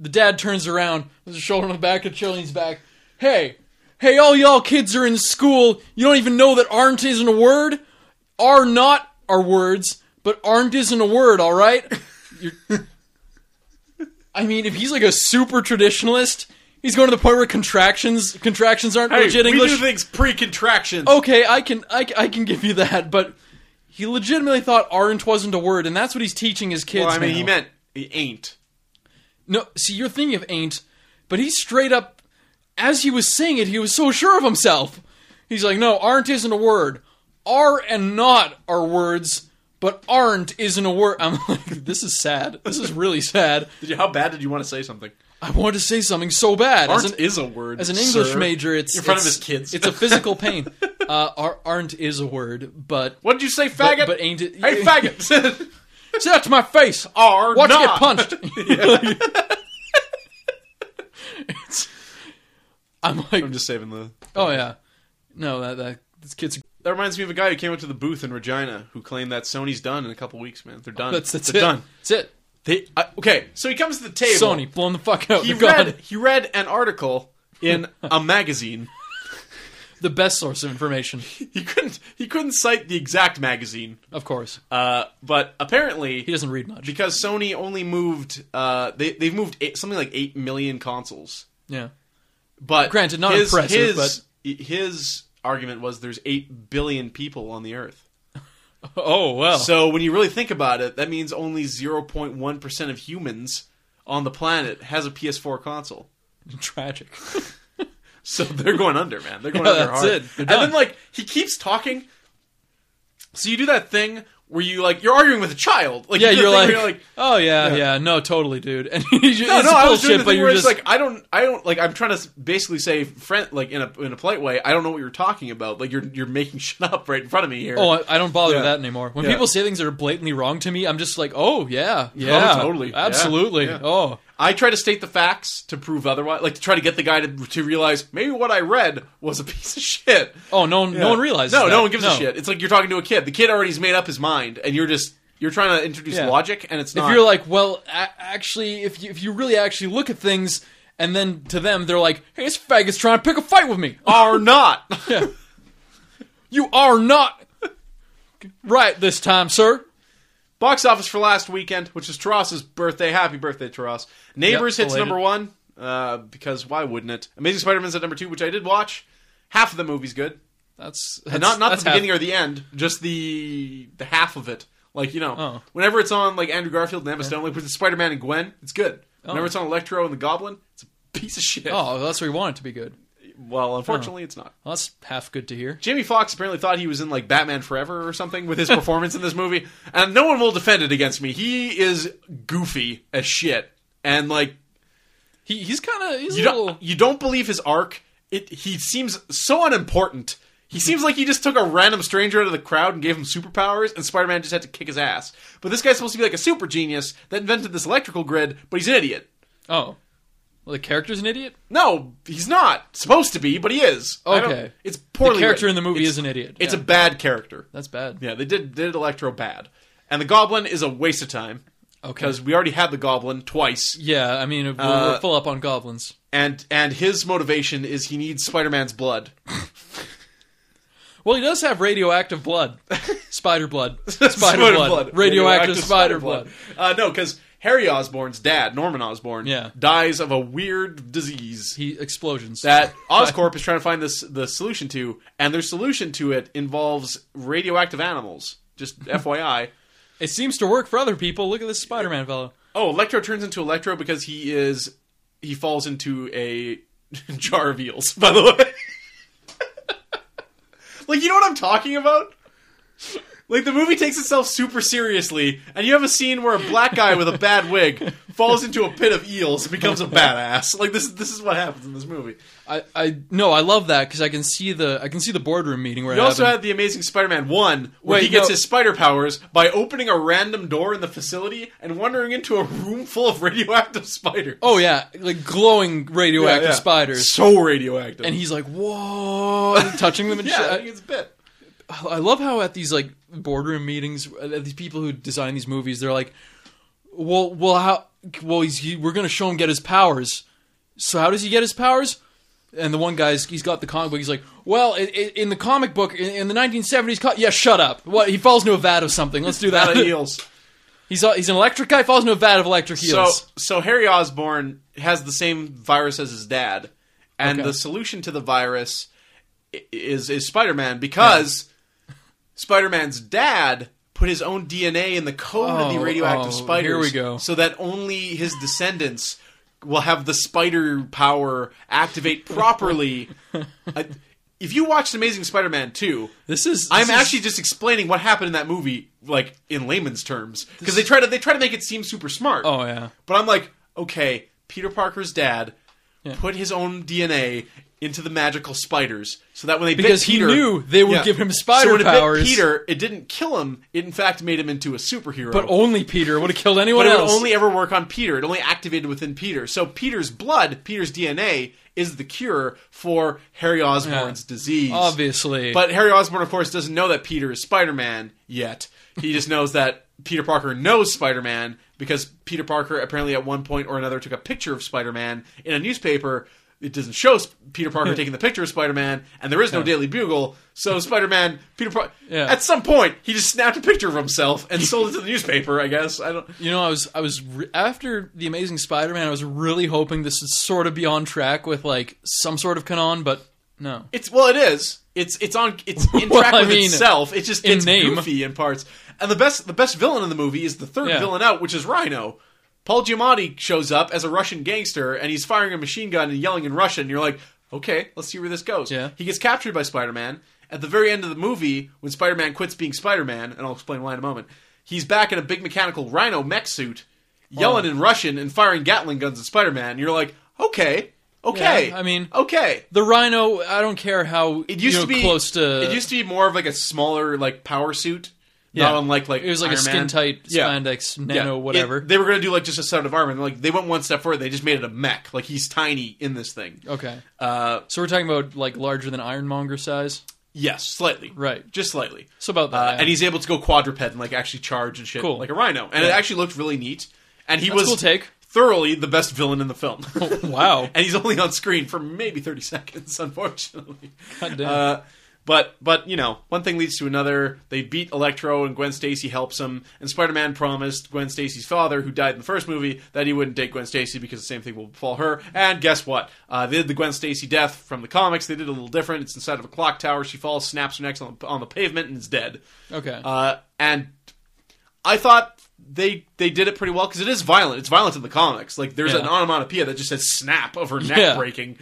the dad turns around with his shoulder on the back of Chili's back hey hey all y'all kids are in school you don't even know that aren't isn't a word are not are words but aren't isn't a word all right You're- [LAUGHS] i mean if he's like a super traditionalist he's going to the point where contractions contractions aren't [LAUGHS] Hey, legit we english Oh, do things pre-contractions. okay, I can I, I can give you that, but he legitimately thought aren't wasn't a word, and that's what he's teaching his kids. well, I mean, he now. meant he ain't. no. See, you're thinking of ain't, but he straight up, as he was saying it, he was so sure of himself. He's like, no, aren't isn't a word. Are and not are words, but aren't isn't a word. I'm [LAUGHS] like, this is sad. This is really sad. Did you, how bad did you want to say something? I wanted to say something so bad. As Aren't an, is a word. as an English sir. major, it's in front of it's- his kids. It's a [LAUGHS] physical pain. Uh, are, aren't is a word, but What did you say, faggot? But, but ain't it? hey, faggot. [LAUGHS] [LAUGHS] Say that to my face. Are Watch not. you get [LAUGHS] punched. [LAUGHS] It's- I'm like, I'm just saving the oh yeah, no, that that this kid's That reminds me of a guy who came up to the booth in Regina who claimed that Sony's done in a couple weeks, man. They're done. that's that's They're it. done. That's it. They, I, okay, so he comes to the table. Sony blowing the fuck out. He They're gone. read, he read an article in a [LAUGHS] magazine. the best source of information, He couldn't he couldn't cite the exact magazine, of course. uh, but He apparently doesn't read much. because Sony only moved uh, they they've moved eight, something like eight million consoles. Yeah, But Granted, not his, impressive, His, his argument was there's eight billion people on the earth. Oh well. So when you really think about it, that means only 0.1% of humans on the planet has a PS4 console. [LAUGHS] tragic. [LAUGHS] So [LAUGHS] they're going under, man. They're going Yeah, under that's hard. it. They're And done. then like he keeps talking. So you do that thing where you like you're arguing with a child. Like Yeah, you do you're that like, thing where oh yeah, yeah, no, totally, dude. [LAUGHS] And he's just, no, it's no, I was bullshit, doing the but thing you're where just it's like I don't, I don't like. I'm trying to s- basically say, friend, like in a in a polite way. I don't know what you're talking about. Like you're you're making [LAUGHS] shit up right in front of me here. Oh, I, I don't bother with Yeah. that anymore. When Yeah. people say things that are blatantly wrong to me, I'm just like, oh yeah, yeah, totally. Yeah. absolutely. Yeah. Oh, I try to state the facts to prove otherwise, like to try to get the guy to, to realize maybe what I read was a [LAUGHS] piece of shit. oh, no, one Yeah. no one realizes. No, that. no one gives a shit. It's like you're talking to a kid. The kid already's made up his mind, and you're just you're trying to introduce Yeah. logic, and it's If not. you're like, well, a- actually, if you, if you really actually look at things, and then to them they're like, hey, this faggot's trying to pick a fight with me. [LAUGHS] Oh, are not. [LAUGHS] Yeah. you are not right this time, sir. Box office for last weekend, which is Taras's birthday. Happy birthday, Taras. Neighbors Yep, hits belated. number one, uh, because why wouldn't it? Amazing Spider Man's at number two, which I did watch. Half of the movie's good. That's, And that's not not that's the beginning half- or the end, just the the half of it. Like, you know, Oh. whenever it's on like Andrew Garfield and Emma Stone, like with Spider Man and Gwen, it's good. Whenever it's on Electro and the Goblin, it's a piece of shit. Oh, that's where you want it to be good. Well, unfortunately, it's not. Well, that's half good to hear. Jamie Foxx apparently thought he was in like Batman Forever or something [LAUGHS] with his performance in this movie, and no one will defend it against me. He is goofy as shit, and like He he's kind of he's a you little. don't you don't believe his arc. It he seems so unimportant. He seems like he just took a random stranger out of the crowd and gave him superpowers, and Spider-Man just had to kick his ass. But this guy's supposed to be like a super genius that invented this electrical grid, but he's an idiot. Oh, well, the character's an idiot. No, he's not supposed to be, but he is. I don't- Okay. it's The poorly. character written. in the movie It's- is an idiot. It's Yeah. a bad character. that's bad. Yeah, they did they did Electro bad, and the Goblin is a waste of time Okay. because we already had the Goblin twice, Yeah, I mean, we're, Uh, we're full up on goblins. and and his motivation is he needs Spider-Man's blood. Well, he does have radioactive [LAUGHS] blood, spider [LAUGHS] blood, spider, blood. [LAUGHS] radioactive, spider, blood. Uh, no, because Harry Osborn's dad, Norman Osborn, Yeah. dies of a weird disease He explosions. [LAUGHS] that Oscorp is trying to find this the solution to, and their solution to it involves radioactive animals. Just [LAUGHS] FYI. it seems to work for other people. Look at this Spider-Man fellow. Oh, Electro turns into Electro because he is he falls into a [LAUGHS] jar of eels. By the way, [LAUGHS] like you know what I'm talking about. Like the movie takes itself super seriously, and you have a scene where a black guy with a bad wig falls into a pit of eels and becomes a badass. Like this, this is what happens in this movie. I, I no, I love that because I can see the I can see the boardroom meeting where You it also happened. had the Amazing Spider-Man one, where Wait, he gets no. his spider powers by opening a random door in the facility and wandering into a room full of radioactive spiders. oh yeah, like glowing radioactive Yeah, yeah. spiders, So radioactive. and he's like, [LAUGHS] whoa, and touching them and yeah, I shit. think it's [LAUGHS] a bit. I love how at these like boardroom meetings, at these people who design these movies, they're like, "Well, well, how? Well, he's he, we're gonna show him get his powers. So how does he get his powers?" And the one guy's he's got the comic book. He's like, "Well, i i in the comic book in, in the 1970s, co- yeah, shut up. What he falls into a vat of something. Let's do Out that. of heels. he's a- he's an electric guy. Falls into a vat of electric So, heels. so Harry Osborn has the same virus as his dad, and Okay. the solution to the virus i- is is Spider Man because Spider Man's dad put his own DNA in the code of the Oh, radioactive oh, spiders. here we go. So that only his descendants will have the spider power activate [LAUGHS] properly. I- if you watched Amazing Spider Man two, this is I'm this is- actually just explaining what happened in that movie, like in layman's terms, because they try to they try to make it seem super smart. oh yeah. But I'm like, okay, Peter Parker's dad put his own DNA into the magical spiders, so that when they Because bit he Peter, knew they would Yeah. give him spider so when powers, It bit Peter, it didn't kill him. It in fact made him into a superhero. but only Peter would have killed anyone But it would else. only ever work on Peter. It only activated within Peter. So Peter's blood, Peter's DNA, is the cure for Harry Osborn's disease. Obviously, But Harry Osborn, of course, doesn't know that Peter is Spider Man yet. He just knows that Peter Parker knows Spider Man because Peter Parker apparently at one point or another took a picture of Spider Man in a newspaper. It doesn't show Sp- Peter Parker taking the picture of Spider Man, and there is no Daily Bugle. So Spider Man, Peter Parker, Yeah. at some point, he just snapped a picture of himself and sold it to the newspaper. I guess I don't. You know, I was I was re- after the Amazing Spider-Man. I was really hoping this would sort of be on track with like some sort of canon, but no. It's well, it is. It's it's on. [LAUGHS] It's in Well, track I with mean, itself. It just in gets name. goofy in parts. And the best the best villain in the movie is the third Yeah. villain out, which is Rhino. Paul Giamatti shows up as a Russian gangster, and he's firing a machine gun and yelling in Russian. You're like, okay, let's see where this goes. Yeah. He gets captured by Spider Man. At the very end of the movie, when Spider Man quits being Spider Man, and I'll explain why in a moment, he's back in a big mechanical Rhino mech suit, Oh. yelling in Russian and firing Gatling guns at Spider Man. You're like, okay, okay, Yeah, I mean- okay. The Rhino, I don't care how It used you know, to be close to. It used to be more of like a smaller like power suit, Yeah. not unlike like it was like a Iron skin Man. tight Yeah. spandex Yeah. nano It- whatever. they were gonna do like just a set of armor. And, like they went one step further. They just made it a mech. Like he's tiny in this thing. okay, Uh, so we're talking about like larger than Ironmonger size, yes, slightly. right? Just slightly. So about that, Uh, yeah. And he's able to go quadruped and like actually charge and shit Cool. like a rhino. And it actually looked really neat. And he That's a was uh, cool take. thoroughly the best villain in the film. [LAUGHS] wow. [LAUGHS] and he's only on screen for maybe 30 seconds, [LAUGHS] unfortunately. God damn. Uh, But but you know, one thing leads to another. They beat Electro, and Gwen Stacy helps him. And Spider-Man promised Gwen Stacy's father, who died in the first movie, that he wouldn't date Gwen Stacy because the same thing will befall her. And guess what? Uh, they did the Gwen Stacy death from the comics. They did it a little different. It's inside of a clock tower. She falls, snaps her neck on, on the pavement, and is dead. Okay. Uh, and I thought they they did it pretty well because it is violent. It's violent in the comics. Like there's Yeah. an onomatopoeia that just says "snap" of her neck Yeah. breaking.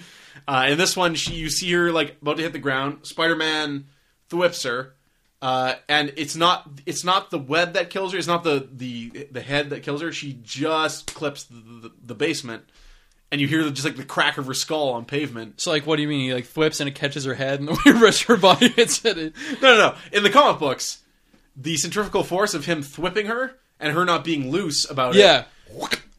Uh, in this one, she you see her like about to hit the ground. Spider Man thwips her, uh, and it's not it's not the web that kills her. It's not the the the head that kills her. She just clips the, the, the basement, and you hear the, just like the crack of her skull on pavement. so like, what do you mean? He like whips and it catches her head, and [LAUGHS] the rest of her body hits it. No, no, no. In the comic books, the centrifugal force of him thwipping her and her not being loose about Yeah. it.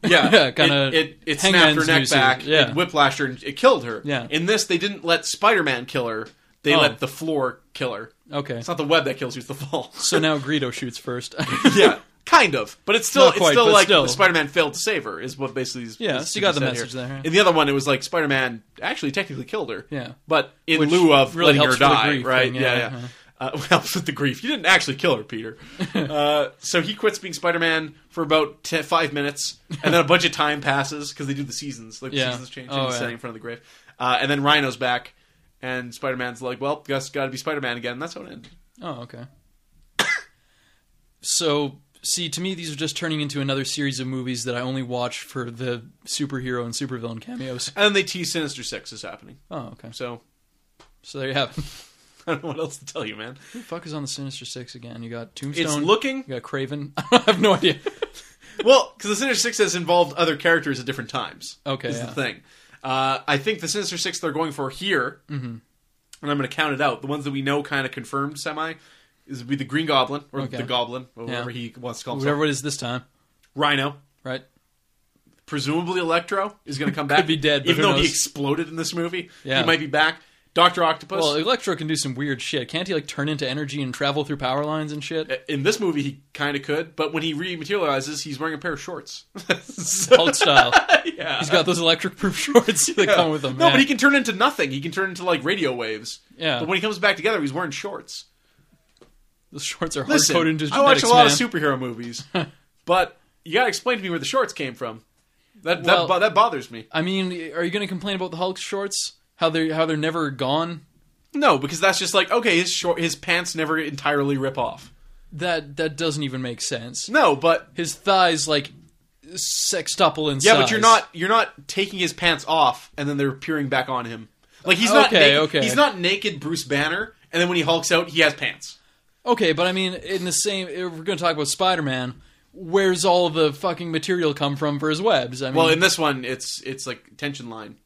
Yeah, [LAUGHS] Yeah, kinda It, it, it hang snapped her ends neck nooses, back. yeah. It whiplashed her and it killed her. Yeah. In this, they didn't let Spider Man kill her. They Oh. let the floor kill her. Okay. It's not the web that kills you; it's the fall. So now Greedo shoots first. [LAUGHS] [LAUGHS] yeah, kind of, but it's still Not quite, it's still but like still. Spider Man failed to save her is what basically. Is, Yeah, is so you got the to be said message here. there, yeah. In the other one, it was like Spider Man actually technically killed her. Yeah. but in Which lieu of really letting her helps with the die, grief right? thing, yeah, yeah, yeah. Uh, [LAUGHS] helps with the grief. You didn't actually kill [LAUGHS] her, Peter. uh, so he quits being Spider Man for about te- five minutes, and then a bunch of time passes because they do the seasons, like the Yeah. seasons change, Oh, and yeah. setting in front of the grave, uh, and then Rhino's back. And Spider Man's like, well, guess got to be Spider Man again. And that's how it ended. Oh, okay. [COUGHS] so, see, to me, these are just turning into another series of movies that I only watch for the superhero and supervillain cameos. And then they tease Sinister Six is happening. Oh, okay. So [LAUGHS] So there you have it. [LAUGHS] I don't know what else to tell you, man. Who the fuck is on the Sinister Six again? You got Tombstone. It's looking You got Craven. [LAUGHS] I have no idea. well because the Sinister Six has involved other characters at different times. Okay, is yeah. the thing. Uh, I think the Sinister Six they're going for here, Mm-hmm. and I'm going to count it out. The ones that we know kind of confirmed semi is would be the Green Goblin or Okay. the Goblin, or Yeah. whatever he wants to call himself. Whoever it is this time, Rhino, right? presumably Electro, is going to [LAUGHS] come back. be dead, but even who though he knows? exploded in this movie. Yeah. he might be back. Doctor Octopus. Well, Electro can do some weird shit. Can't he like turn into energy and travel through power lines and shit? in this movie, he kind of could, but when he rematerializes, he's wearing a pair of shorts. [LAUGHS] So- Hulk style. yeah. He's got those electric proof [LAUGHS] shorts that come with him. No, yeah. but he can turn into nothing. He can turn into like radio waves. Yeah. But when he comes back together, he's wearing shorts. Those shorts are hard Listen, coded into I watch genetics, a man. lot of superhero [LAUGHS] movies, but you gotta explain to me where the shorts came from. That Well- that, bo- that bothers me. I mean, are you going to complain about the Hulk shorts? How they how they're never gone? No, because that's just like okay, his short his pants never entirely rip off. That that doesn't even make sense. No, but His thighs like sextuple in yeah, size. but you're not you're not taking his pants off and then they're peering back on him. Like he's not Okay, naked, okay. he's not naked Bruce Banner, and then when he hulks out, he has pants. Okay, but I mean, in the same, if we're going to talk about Spider-Man. Where's all the fucking material come from for his webs? I mean, Well, in this one, it's it's like tension line,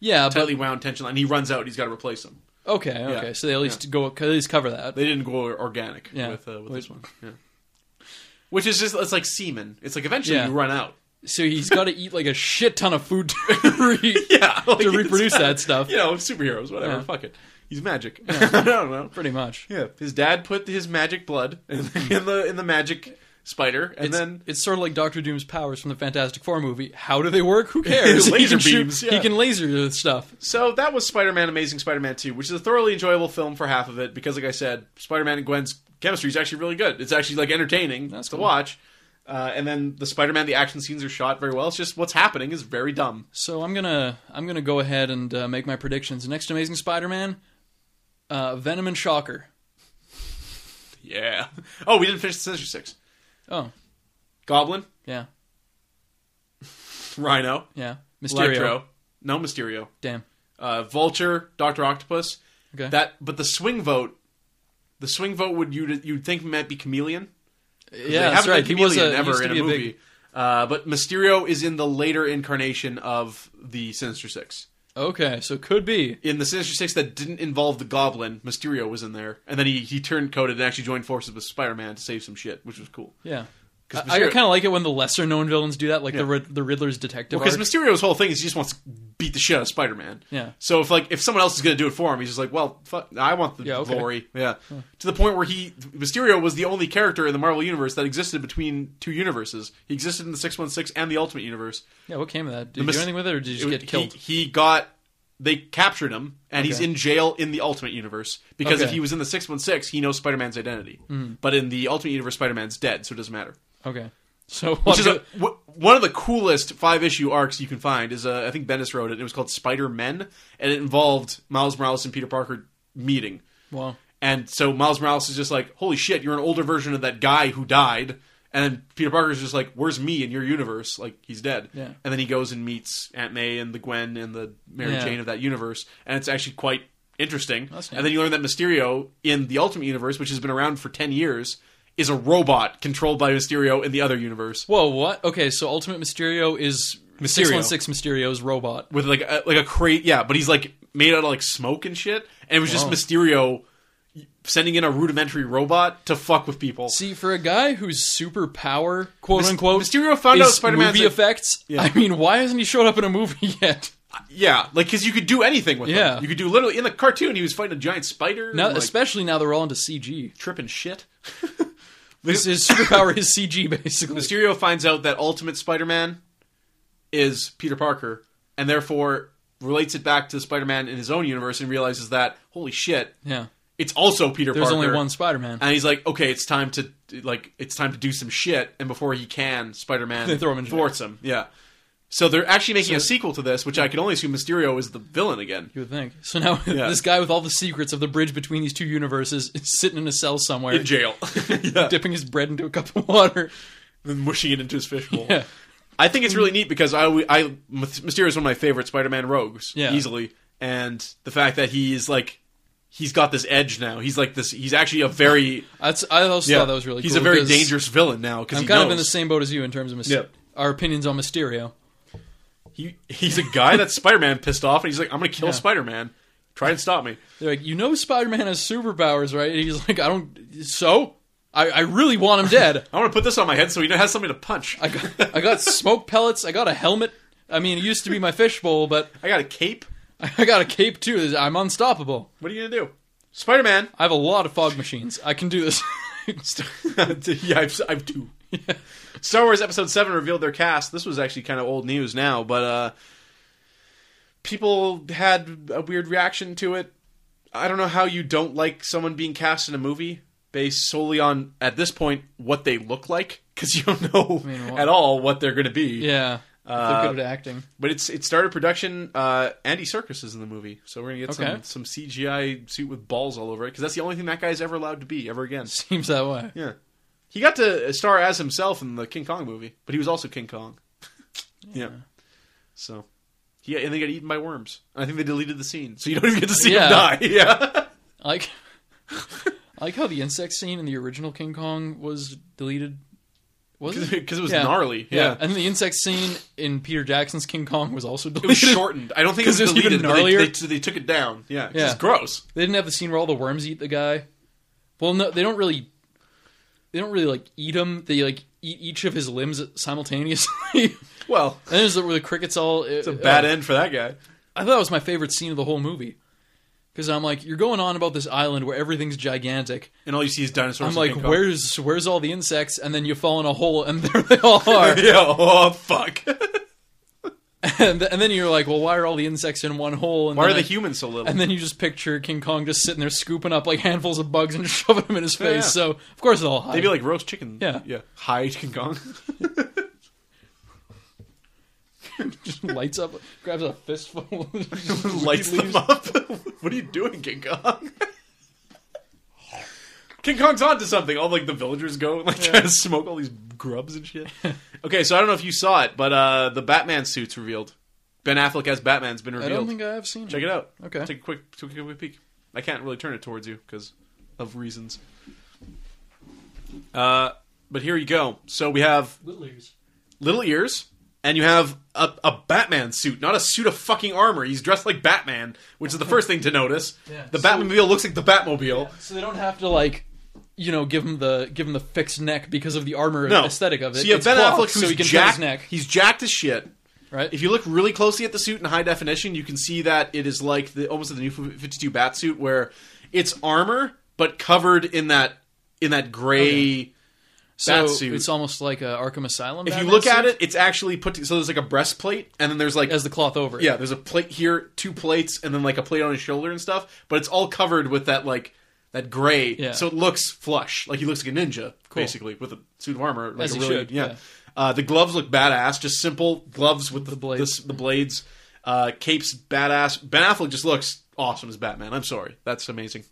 yeah, but tightly wound tension line. He runs out, he's got to replace him. okay, okay. So they at least go, at least cover that. They didn't go organic Yeah. with, uh, with Wait. this one. Yeah. Which is just, it's like semen. It's like eventually Yeah. you run out. [LAUGHS] So he's [LAUGHS] got to eat like a shit ton of food to, re- Yeah. like, to reproduce it's- that stuff. You know, superheroes, whatever. Yeah. Fuck it. He's magic. [LAUGHS] I don't know. Pretty much. Yeah. His dad put his magic blood in the in the, in the magic spider, and It's, then it's sort of like Doctor Doom's powers from the Fantastic Four movie. How do they work? [LAUGHS] Who cares? [LAUGHS] Laser he can shoot- beams, yeah. He can laser the stuff. so that was Spider-Man: Amazing Spider-Man Two, which is a thoroughly enjoyable film for half of it because, like I said, Spider-Man and Gwen's chemistry is actually really good. It's actually like entertaining That's to cool. watch. Uh, and then the Spider-Man, the action scenes are shot very well. It's just what's happening is very dumb. So I'm gonna I'm gonna go ahead and uh, make my predictions. Next Amazing Spider-Man, uh, Venom and Shocker. Yeah. [LAUGHS] Oh, we didn't finish the Sinister Six. Oh Goblin, yeah Rhino, yeah Mysterio. Electro. No Mysterio. Damn. Uh, Vulture, Doctor Octopus. Okay. That, but the swing vote, the swing vote would you would you'd think might be Chameleon. yeah, they that's haven't right. done He was Chameleon a, he ever used to in a be a movie. big. Uh, but Mysterio is in the later incarnation of the Sinister Six. Okay, so could be. In the Sinister Six that didn't involve the Goblin, Mysterio was in there, and then he, he turned coded and actually joined forces with Spider Man to save some shit, which was cool. Yeah. 'Cause I, I Mysterio- kind of like it when the lesser known villains do that, like the Yeah. Rid- the Riddler's detective. Because arc. Mysterio's whole thing is he just wants to beat the shit out of Spider Man. Yeah. So if like if someone else is going to do it for him, he's just like, well, fuck, I want the Yeah, okay. glory. Yeah. To the point where he Mysterio was the only character in the Marvel universe that existed between two universes. He existed in the six one six and the Ultimate Universe. yeah, what came of that? Did you Mys- do anything with it, or did you just It- get killed? He, he got they captured him, and he's Okay. in jail in the Ultimate Universe because if Okay. Hmm. he was in the Six One Six, he knows Spider Man's identity. But in the Ultimate Universe, Spider Man's dead, so it doesn't matter. Okay. So Which is a, w- one of the coolest five issue arcs you can find. Is uh, I think Bendis wrote it. and It was called Spider Men, and it involved Miles Morales and Peter Parker meeting. well, And so Miles Morales is just like, "Holy shit, you're an older version of that guy who died." And then Peter Parker's just like, "Where's me in your universe? Like he's dead." Yeah. And then he goes and meets Aunt May and the Gwen and the Mary Yeah. Jane of that universe, and it's actually quite interesting. That's neat. And then you learn that Mysterio in the Ultimate Universe, which has been around for ten years, is a robot controlled by Mysterio in the other universe. whoa, what? Okay, so Ultimate Mysterio is Mysterio. six one six Mysterio's robot. with like a, like a crate. Yeah, but he's like made out of like smoke and shit, and it was just Wow. Mysterio sending in a rudimentary robot to fuck with people. See, for a guy whose superpower, quote Mys- unquote, Mysterio found out is Spider-Man's movie like- effects. I mean, why hasn't he showed up in a movie [LAUGHS] yet? yeah, like because you could do anything with Yeah. him. You could do literally in the cartoon. He was fighting a giant spider. Now, and, like, especially now they're all into CG. tripping shit. This his superpower is CG [LAUGHS] basically. Mysterio finds out that Ultimate Spider-Man is Peter Parker, and therefore relates it back to Spider-Man in his own universe and realizes that holy shit, Yeah, it's also Peter there's Parker. only one Spider-Man. and he's like, okay, it's time to like, it's time to do some shit. And before he can, Spider [LAUGHS] Man They throw him in jail. thwarts him. Yeah. So they're actually making a sequel to this, which I can only assume Mysterio is the villain again. You would think. So now [LAUGHS] Yeah. this guy with all the secrets of the bridge between these two universes is sitting in a cell somewhere, In jail, [LAUGHS] [LAUGHS] yeah, dipping his bread into a cup of water. and mushing it into his fishbowl. Yeah. I think it's really neat because I, I Mysterio is one of my favorite Spider-Man rogues, Yeah. easily, and the fact that he's like, he's got this edge now. He's like this. He's actually a very, That's, I also yeah, thought that was really. He's cool a very because dangerous villain now because I'm he kind knows. of in the same boat as you in terms of Myster- Yeah. our opinions on Mysterio. He he's a guy that Spider Man pissed off, and he's like, "I'm gonna kill Yeah. Spider Man. Try and stop me." They're like, you know, Spider-Man has superpowers, right? And he's like, I don't. So I, I really want him dead. I want to put this on my head so he has something to punch. I got, I got smoke pellets. I got a helmet. I mean, it used to be my fishbowl, but [LAUGHS] I got a cape. I got a cape too. I'm unstoppable. What are you gonna do, Spider [LAUGHS] Man? I have a lot of fog machines. I can do this. [LAUGHS] yeah, I've, I've two. Star Wars Episode Seven revealed their cast. This was actually kind of old news now, but uh, people had a weird reaction to it. I don't know how you don't like someone being cast in a movie based solely on at this point what they look like because you don't know mean, what- at all what they're gonna be. yeah, Uh, they're good at acting. [LAUGHS] But it's it started production. Uh, Andy Circus is in the movie, so we're gonna get Okay. some some CGI suit with balls all over it because that's the only thing that guy's ever allowed to be ever again. Seems that way. Yeah, he got to star as himself in the King Kong movie, but he was also King Kong. [LAUGHS] yeah. So, yeah, and they got eaten by worms. And I think they deleted the scene, so you don't even get to see Yeah. him die. [LAUGHS] Yeah. I Like, [LAUGHS] I like how the insect scene in the original King Kong was deleted. Was [LAUGHS] it? Because it was Yeah. gnarly, yeah. [LAUGHS] and the insect scene in Peter Jackson's King Kong was also It was deleted. [LAUGHS] shortened. I don't think it was 'Cause it was deleted. even but they, gnarlier. they, so they took it down. Yeah, 'cause Yeah. it's gross. They didn't have the scene where all the worms eat the guy. Well, no, they don't really. They don't really like eat him. They like eat each of his limbs simultaneously. [LAUGHS] and Well, there's the, where the crickets all. It's it's a bad end for that guy. I thought it was my favorite scene of the whole movie. Because I'm like, you're going on about this island where everything's gigantic. And all you see is dinosaurs. I'm and like, King Kong. where's where's all the insects? And then you fall in a hole, and [LAUGHS] there they all [LAUGHS] are. yeah, oh fuck. and, th- and then you're like, well, why are all the insects in one hole? And Why are then the I- humans so little? And then you just picture King Kong just sitting there scooping up like handfuls of bugs and [LAUGHS] shoving them in his face. yeah. So of course they'll hide. They'd be like roast chicken. Yeah. yeah. Hide King Kong. just [LAUGHS] lights up, grabs a fistful, [LAUGHS] Lights them up. [LAUGHS] what are you doing, King Kong? King Kong's onto something. All like the villagers go and like try to smoke all these grubs and [LAUGHS] shit. okay, so I don't know if you saw it, but uh the Batman suits revealed. Ben Affleck as Batman's been I revealed. don't think I have seen. Check it out. Okay. Take a quick, take a quick peek. I can't really turn it towards you because of reasons. Uh, but here you go. So we have Little ears. little ears, and you have a, a Batman suit, not a suit of fucking armor. He's dressed like Batman, which is the first thing to notice. Yeah. The So- Batmobile looks like the Batmobile. So they don't have to like, you know, give him the give him the fixed neck because of the armor No aesthetic of it. So you have It's Ben cloth, Affleck, who's so he can cut jacked. his neck, He's jacked as shit. right? If you look really closely at the suit in high definition, you can see that it is like the almost the new Fifty Two Bat suit, where it's armor but covered in that in that gray. Oh, So suit. it's almost like a Arkham Asylum. If you Batman look suit, at it, it's actually put. To, so there's like a breastplate, and then there's like as the cloth over. it. yeah, there's a plate here, two plates, and then like a plate on his shoulder and stuff. But it's all covered with that like that gray, Yeah. so it looks flush. Like he looks like a ninja, basically, with a suit of armor. Like As a he really, should, yeah. yeah. Uh, the gloves look badass, just simple gloves with the, blades. this- the blades. Uh, capes badass. Ben Affleck just looks awesome as Batman. I'm sorry, that's amazing.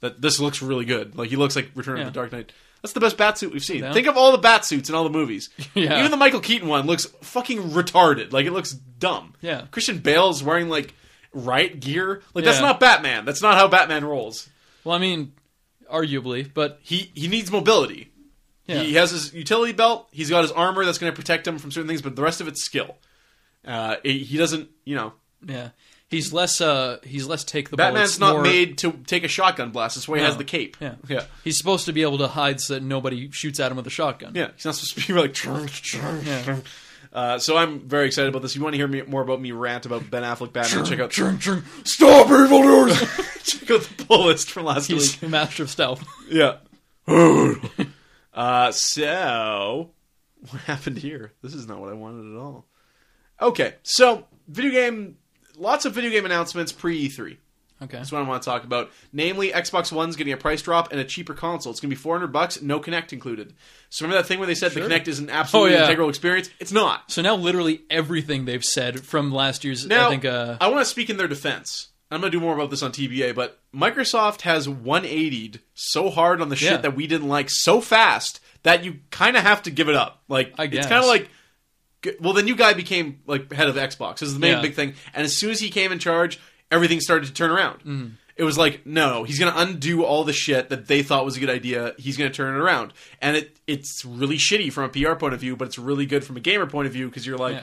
That this looks really good. Like he looks like Return Yeah. of the Dark Knight. That's the best bat suit we've seen. Yeah. Think of all the bat suits in all the movies. [LAUGHS] Yeah. Even the Michael Keaton one looks fucking retarded. Like it looks dumb. Yeah. Christian Bale's wearing like riot gear. Like that's Yeah. not Batman. That's not how Batman rolls. Well, I mean, arguably, but He he needs mobility. yeah, He has his utility belt. He's got his armor that's going to protect him from certain things, but the rest of it's skill. Uh, it- he doesn't, you know. yeah. He's less. Uh, he's less take the. Batman's bullets, not more- made to take a shotgun blast. That's why he No. has the cape. Yeah. yeah, He's supposed to be able to hide so that nobody shoots at him with a shotgun. yeah. He's not supposed to be [LAUGHS] like. "Churn, churn, Yeah. churn." Uh, so I'm very excited about this. If you want to hear me, more about me rant about Ben Affleck Batman? check out Stop evildoers. [LAUGHS] check out the pull list from last week. He's a [LAUGHS] master of stealth. [LAUGHS] Yeah. uh, so, what happened here? This is not what I wanted at all. Okay, so video game, lots of video game announcements pre E E3. Okay. That's what I want to talk about. Namely, Xbox One's getting a price drop and a cheaper console. It's going to be 400 bucks, no Kinect included. So remember that thing where they said Sure. the Kinect is an absolutely Oh, yeah. integral experience? It's not. So now literally everything they've said from last year's, Now, I think, uh, I want to speak in their defense. I'm going to do more about this on TBA, but Microsoft has 180'd so hard on the shit Yeah. that we didn't like so fast that you kind of have to give it up. Like, I it's guess. kind of like. g- Well, the new guy became like head of Xbox. This is the main Yeah. big thing. And as soon as he came in charge, everything started to turn around. Mm-hmm. It was like, no, he's going to undo all the shit that they thought was a good idea. He's going to turn it around, and it it's really shitty from a PR point of view, but it's really good from a gamer point of view because you're like, yeah.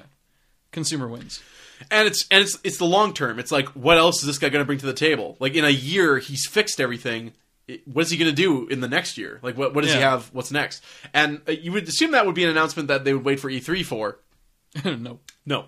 consumer wins. [LAUGHS] and it's and it's it's the long term. It's like what else is this guy going to bring to the table? Like in a year, he's fixed everything. It- What is he going to do in the next year? Like what what does he Yeah. have? What's next? And uh, you would assume that would be an announcement that they would wait for E3 for. no. No,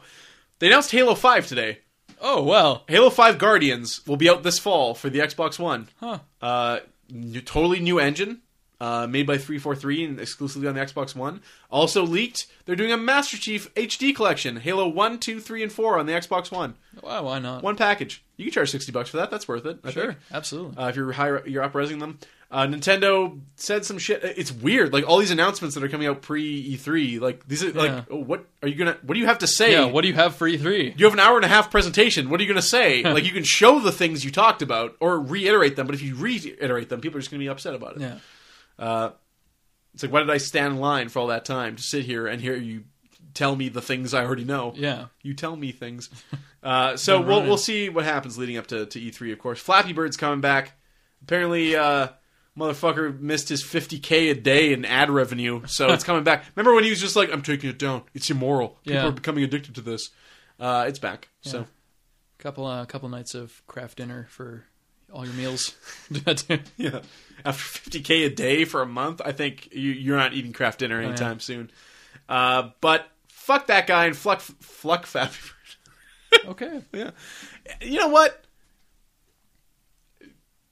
they announced Halo Five today. Oh, well. Halo Five Guardians will be out this fall for the Xbox One. Huh. Uh, new, totally new engine. Uh, made by 343 and exclusively on the Xbox One. Also leaked, they're doing a Master Chief HD collection, Halo 1, 2, 3, and 4 on the Xbox One Why, why not? one package. You can charge sixty bucks for that. That's worth it. I sure. think. Absolutely. Uh, if you're high, you're upresing them. Uh, Nintendo said some shit. It's weird. Like all these announcements that are coming out pre E3. Like these are Yeah. like oh, what are you gonna? What do you have to say? yeah, what do you have for E E3? you have an hour and a half presentation. What are you going [LAUGHS] to say? like you can show the things you talked about or reiterate them, but if you reiterate them, people are just going to be upset about it. Yeah. It's like why did I stand in line for all that time to sit here and hear you tell me the things I already know? Yeah. You tell [LAUGHS] me things. Uh, so Don't we'll ruin it. we'll see what happens leading up to, to E3, of course. Flappy Bird's coming back. Apparently, uh, motherfucker missed his 50k a day in ad revenue, so it's [LAUGHS] coming back. Remember when he was just like, "I'm taking it down. It's immoral. People Yeah. are becoming addicted to this." Uh, it's back. So [LAUGHS] Couple, uh, couple nights of craft dinner for all your meals. [LAUGHS] yeah. yeah, after 50k a day for a month, I think you, you're not eating craft dinner Oh, yeah. anytime soon. Uh, but fuck that guy and fuck fuck Flappy Bird. Okay. Yeah. You know what?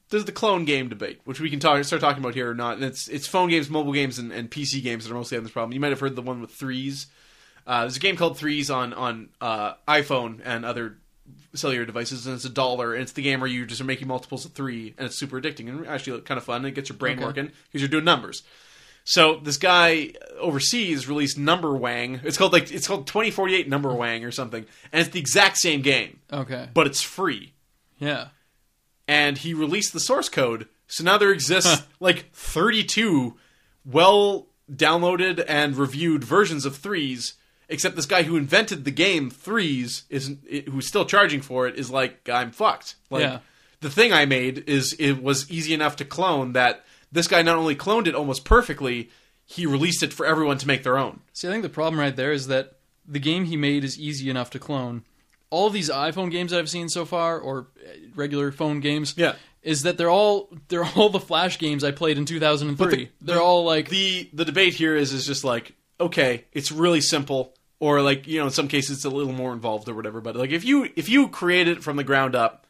There's the clone game debate, which we can talk start talking about here or not. And it's it's phone games, mobile games, and, and PC games that are mostly having this problem. You might have heard the one with threes. Uh, there's a game called Threes on on uh, iPhone and other cellular devices, and it's a dollar. And it's the game where you just are making multiples of three, and it's super addicting and actually kind of fun. And it gets your brain Okay. working because you're doing numbers. So this guy overseas released Number Wang. It's called like it's called 2048 Number Wang or something, and it's the exact same game Okay. but it's free. Yeah. And he released the source code, so now there exists like 32 well downloaded and reviewed versions of threes. Except this guy who invented the game threes is who's still charging for it is like I'm fucked. Like Yeah. the thing I made is it was easy enough to clone that this guy not only cloned it almost perfectly, he released it for everyone to make their own. See, I think the problem right there is that the game he made is easy enough to clone. All these iPhone games I've seen so far, or uh, regular phone games, Yeah. is that they're all they're all the Flash games I played in 2003. the- they're all like, the the debate here is is just like okay, it's really simple, or like you know in some cases it's a little more involved or whatever. But like if you if you create it from the ground up,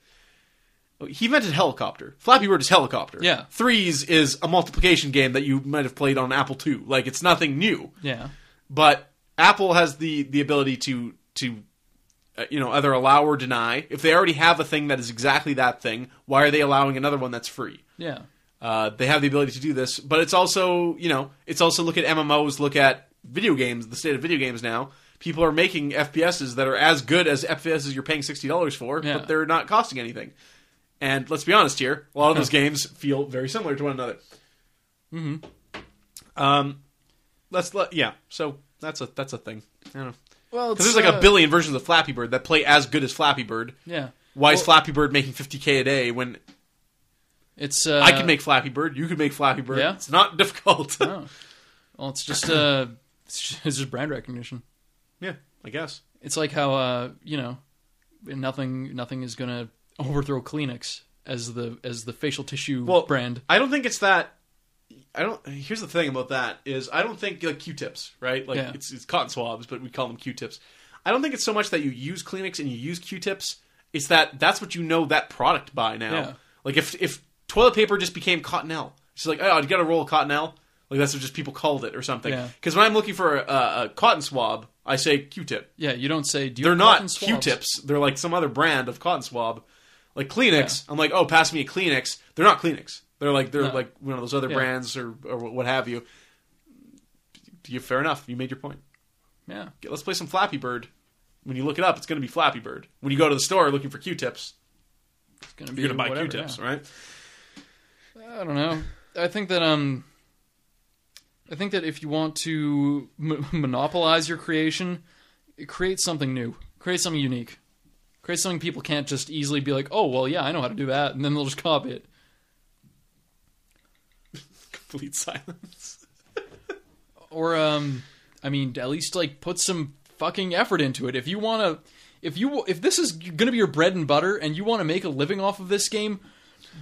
He invented helicopter. Flappy Bird is helicopter. Yeah. Threes is a multiplication game that you might have played on Apple II. Like it's nothing new, Yeah. but Apple has the the ability to to uh, you know either allow or deny. If they already have a thing that is exactly that thing, why are they allowing another one that's free? Yeah. Uh, they have the ability to do this, but it's also you know it's also look at MMOs, look at video games, the state of video games now. People are making FPSs that are as good as FPSs you're paying sixty dollars for, Yeah. but they're not costing anything. And let's be honest here, a [LAUGHS] lot of those games feel very similar to one another. Mhm. Um, let's let yeah. So that's a that's a thing. I don't know Well, it's, because there's like uh, a billion versions of Flappy Bird that play as good as Flappy Bird. Yeah. Why is Well- Flappy Bird making fifty k a day when It's uh, I can make Flappy Bird. You can make Flappy Bird. Yeah. It's not [LAUGHS] difficult. Oh. Well, it's just uh, it's just, it's just brand recognition. yeah, I guess. It's like how uh, you know, nothing nothing is gonna overthrow Kleenex as the as the facial tissue Well, brand. I don't think it's that. I don't. Here's the thing about that is I don't think like Q-tips, right? Like Yeah. it's, it's cotton swabs, but we call them Q-tips. I don't think it's so much that you use Kleenex and you use Q-tips. It's that that's what you know that product by now. Yeah. Like if if toilet paper just became Cottonelle, it's just like oh, I'd get a roll of Cottonelle. Like that's what just people called it or something. Yeah. Because when I'm looking for a, a, a cotton swab, I say Q-tip. Yeah, you don't say. Do you They're have cotton not swabs? Q-tips. They're like some other brand of cotton swab, like Kleenex. I'm like, oh, pass me a Kleenex. They're not Kleenex. They're like they're No. like one of those other Yeah. brands or or what have you. You fair enough. You made your point. Yeah, Okay, Let's play some Flappy Bird. When you look it up, it's going to be Flappy Bird. When you go to the store looking for Q-tips, it's gonna be. you're going to buy whatever, Q-tips, yeah. all right? [LAUGHS] I don't know. I think that um, I think that if you want to m- monopolize your creation, create something new, create something unique, create something people can't just easily be like, oh well, yeah, I know how to do that, and then they'll just copy it. Complete silence. Or um, I mean, at least like put some fucking effort into it. If you want to, if you if this is gonna be your bread and butter, and you want to make a living off of this game.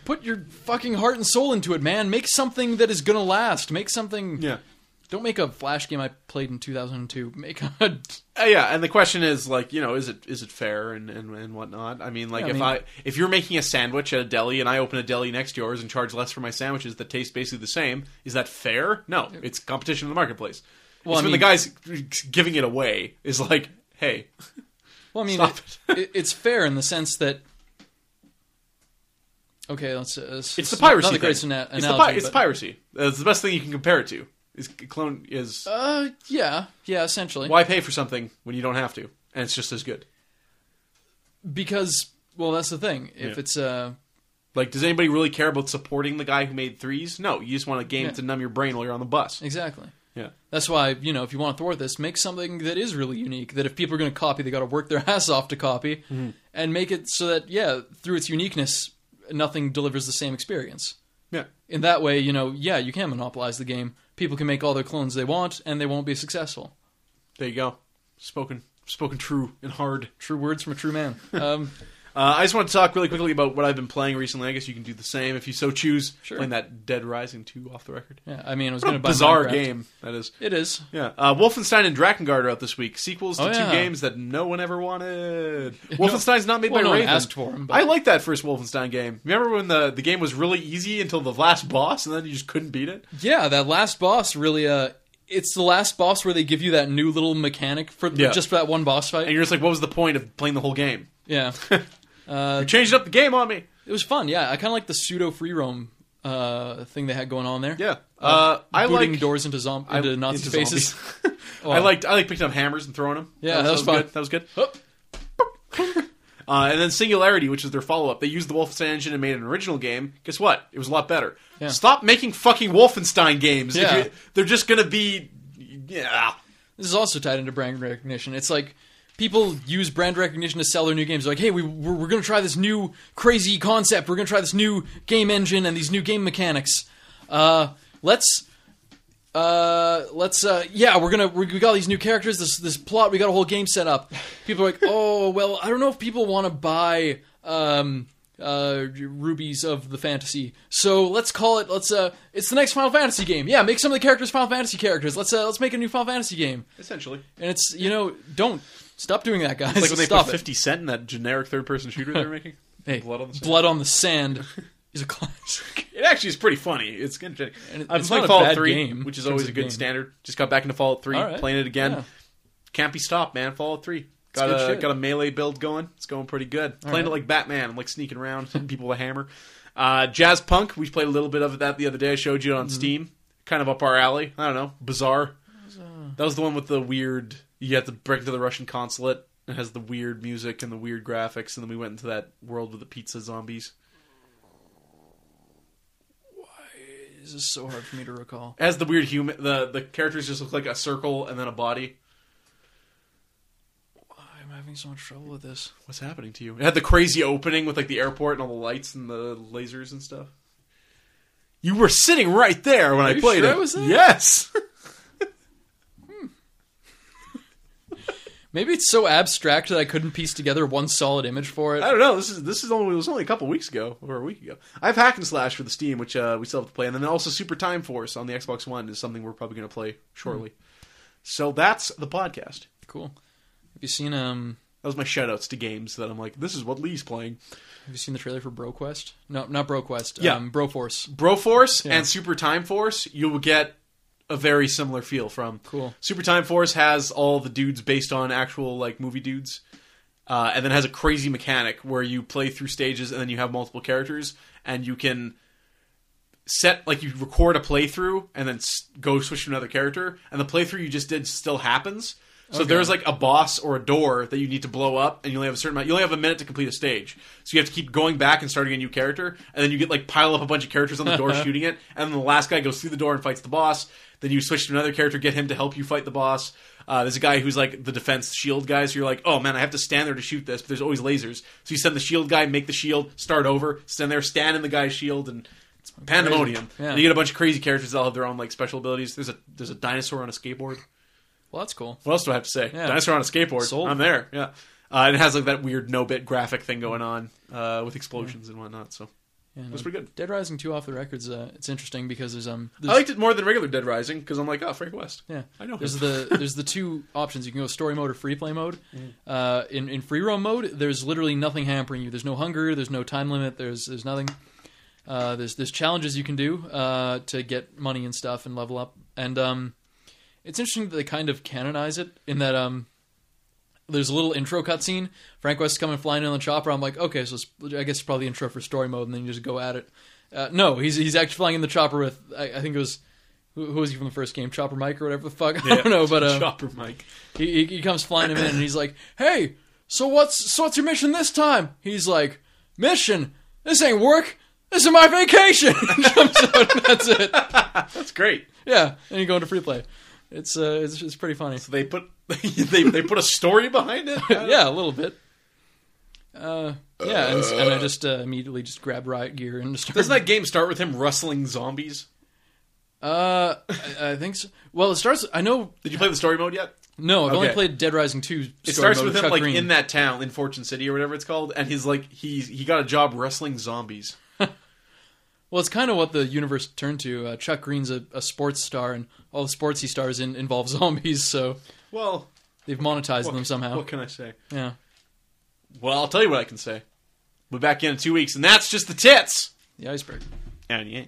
Put your fucking heart and soul into it, man. Make something that is gonna last. Make something. Yeah. Don't make a flash game I played in 2002. Make [LAUGHS] a Uh, yeah, and the question is like, you know, is it is it fair and and, and whatnot? I mean, like Yeah, I if mean- I if you're making a sandwich at a deli and I open a deli next to yours and charge less for my sandwiches that taste basically the same, is that fair? No, it's competition in the marketplace. Well, it's I when mean- the guy's giving it away is like, hey, Well, I mean, Stop it, it, it's fair in the sense that. Okay, let's. Uh, s- it's the not- piracy. Not the thing. greatest ana- it's, the pi- analogy, it's but- piracy. That's the best thing you can compare it to. Is clone is Uh, yeah, yeah, essentially, why pay for something when you don't have to, and it's just as good. because well, that's the thing. If Yeah. it's uh, Like, does anybody really care about supporting the guy who made threes? No, you just want a game Yeah. to numb your brain while you're on the bus. exactly. Yeah. That's why you know if you want to thwart this, make something that is really unique. That if people are going to copy, they got to work their [LAUGHS] ass off to copy, Mm-hmm. and make it so that yeah, through its uniqueness, nothing delivers the same experience. Yeah. In that way, you know, yeah, you can monopolize the game. People can make all their clones they want, and they won't be successful. There you go. Spoken spoken true and hard. True words from a true [LAUGHS] man. Um, Uh, I just want to talk really quickly about what I've been playing recently. I guess you can do the same if you so choose. Sure. Playing that Dead Rising 2 off the record. yeah, I mean, I was What going a to buy bizarre Minecraft. game that is. It is. Yeah. Uh, Wolfenstein and Drakengard are out this week. Sequels to Oh, yeah. two games that no one ever wanted. [LAUGHS] No- Wolfenstein's not made well, by no one Raven. asked for 'em, but- I like that first Wolfenstein game. Remember when the, the game was really easy until the last boss and then you just couldn't beat it? Yeah, that last boss really. Uh, it's the last boss where they give you that new little mechanic for Yeah. just for that one boss And fight. you're just like, what was the point of playing the whole game? [LAUGHS] Yeah, Uh, You changed up the game on me. it was fun. Yeah, I kind of like the pseudo free roam uh, thing they had going on there. Yeah. Uh, I booting like doors into, zom- I- into Nazi into faces. [LAUGHS] Oh, zombies. Wow. I liked I like picking up hammers and throwing them. Yeah, that was fun. good. That was good. Hup. Uh, and then Singularity, which is their follow up, they used the Wolfenstein engine and made an original game. Guess what? It was a lot better. Yeah. Stop making fucking Wolfenstein games. If Yeah. you- they're just gonna be yeah. This is also tied into brand recognition. It's like people use brand recognition to sell their new games. They're like, hey, we, we're, we're going to try this new crazy concept. We're going to try this new game engine and these new game mechanics. Uh, let's. Uh, let's uh, yeah, we're gonna we, we got all these new characters, this this plot, we got a whole game set up. People are like, [LAUGHS] oh well, I don't know if people want to buy um uh rubies of the fantasy, so let's call it let's uh it's the next Final Fantasy game. Yeah, make some of the characters Final Fantasy characters. Let's uh let's make a new Final Fantasy game. Essentially, And it's you know, don't stop doing that, guys. it's like when they stop put it. Fifty Cent in that generic third person shooter they're making. Hey, Blood on the Sand. Blood on the [LAUGHS] Sand is a classic. It actually is pretty funny. It's And good. it- I've been it's playing not a Fallout bad Three, game which is in terms always a of good game. standard. Just got back into Fallout Three, All right. playing it again. Yeah. Can't be stopped, man. Fallout Three. Got good a shit. got a melee build going. It's going pretty good. playing it right. like Batman. I'm like sneaking around, hitting people with a hammer. Uh, Jazz Punk. We played a little bit of that the other day. I showed you on Mm-hmm. Steam. Kind of up our alley. I don't know. Bizarre. uh, That was the one with the weird. You have to break into the Russian consulate. It has the weird music and the weird graphics, and then we went into that world with the pizza zombies. This is so hard for me to recall. It has the weird human. The the characters just look like a circle and then a body. I'm having so much trouble with this. What's happening to you? It had the crazy opening with like the airport and all the lights and the lasers and stuff. You were sitting right there when I you played sure it. I was there? Yes. [LAUGHS] Maybe it's so abstract that I couldn't piece together one solid image for it. I don't know. This is this is only it was only a couple weeks ago or a week ago. I have Hack and Slash for the Steam, which uh, we still have to play, and then also Super Time Force on the Xbox One is something we're probably going to play shortly. So that's the podcast. Cool. Have you seen um? That was my shoutouts to games that I'm like, this is what Lee's playing. Have you seen the trailer for BroQuest? No, not BroQuest. Yeah. um, BroForce. Broforce Yeah. and Super Time Force, you will get a very similar feel from. Cool. Super Time Force has all the dudes based on actual like movie dudes, uh, and then has a crazy mechanic where you play through stages and then you have multiple characters and you can set like you record a playthrough and then s- go switch to another character and the playthrough you just did still happens. So Okay. there's like a boss or a door that you need to blow up, and you only have a certain amount. You only have a minute to complete a stage, so you have to keep going back and starting a new character, and then you get like pile up a bunch of characters on the door shooting it, and then the last guy goes through the door and fights the boss. Then you switch to another character, get him to help you fight the boss. Uh, there's a guy who's like the defense shield guy, so you're like, oh man, I have to stand there to shoot this, but there's always lasers. So you send the shield guy, make the shield, start over, stand there, stand in the guy's shield, and it's pandemonium. Crazy. Yeah. And you get a bunch of crazy characters that all have their own like special abilities. There's a there's a dinosaur on a skateboard. Well, that's cool. What else do I have to say? Yeah. Dinosaur on a skateboard. Sold. I'm there. Yeah. Uh, and it has like that weird no bit graphic thing going on uh, with explosions and whatnot. So Yeah, no. that's pretty good. Dead Rising two off the records. Uh, it's interesting because there's um. I liked it more than regular Dead Rising because I'm like, oh, Frank West. Yeah, I know There's him. the [LAUGHS] there's the two options. You can go story mode or free play mode. Mm-hmm. Uh, in in free roam mode, there's literally nothing hampering you. There's no hunger. There's no time limit. There's there's nothing. Uh, there's there's challenges you can do uh, to get money and stuff and level up. And um, it's interesting that they kind of canonize it in that um. There's a little intro cutscene. Frank West coming flying in on the chopper. I'm like, okay, so it's, I guess it's probably intro for story mode, and then you just go at it. Uh, no, he's he's actually flying in the chopper with I, I think it was who, who was he from the first game, Chopper Mike or whatever the fuck. [LAUGHS] [LAUGHS] I don't know, but uh, Chopper Mike. he, he he comes flying him in, and he's like, "Hey, so what's so what's your mission this time?" He's like, "Mission? This ain't work. This is my vacation." [LAUGHS] He jumps out, and that's it. That's great. Yeah, and you go into free play. It's uh, it's it's pretty funny. So they put [LAUGHS] they they put a story behind it. [LAUGHS] I [LAUGHS] don't- yeah, a little bit. Uh, yeah, and, and I just uh, immediately just grabbed riot gear and just started. Doesn't that game start with him rustling zombies? uh, I, I think so. Well, it starts. I know. Did you play the story mode yet? No, I've only Okay. played Dead Rising two. It story starts mode with him Chuck like Green. in that town in Fortune City or whatever it's called, and he's like he's he got a job wrestling zombies. Well, it's kind of what the universe turned to. Uh, Chuck Green's a, a sports star, and all the sports he stars in involve [LAUGHS] zombies, so Well, they've monetized them somehow. what can I say? Yeah. Well, I'll tell you what I can say. We'll be back in, in two weeks, and that's just the tits. The iceberg. And yeah.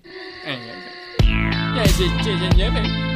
Anyway.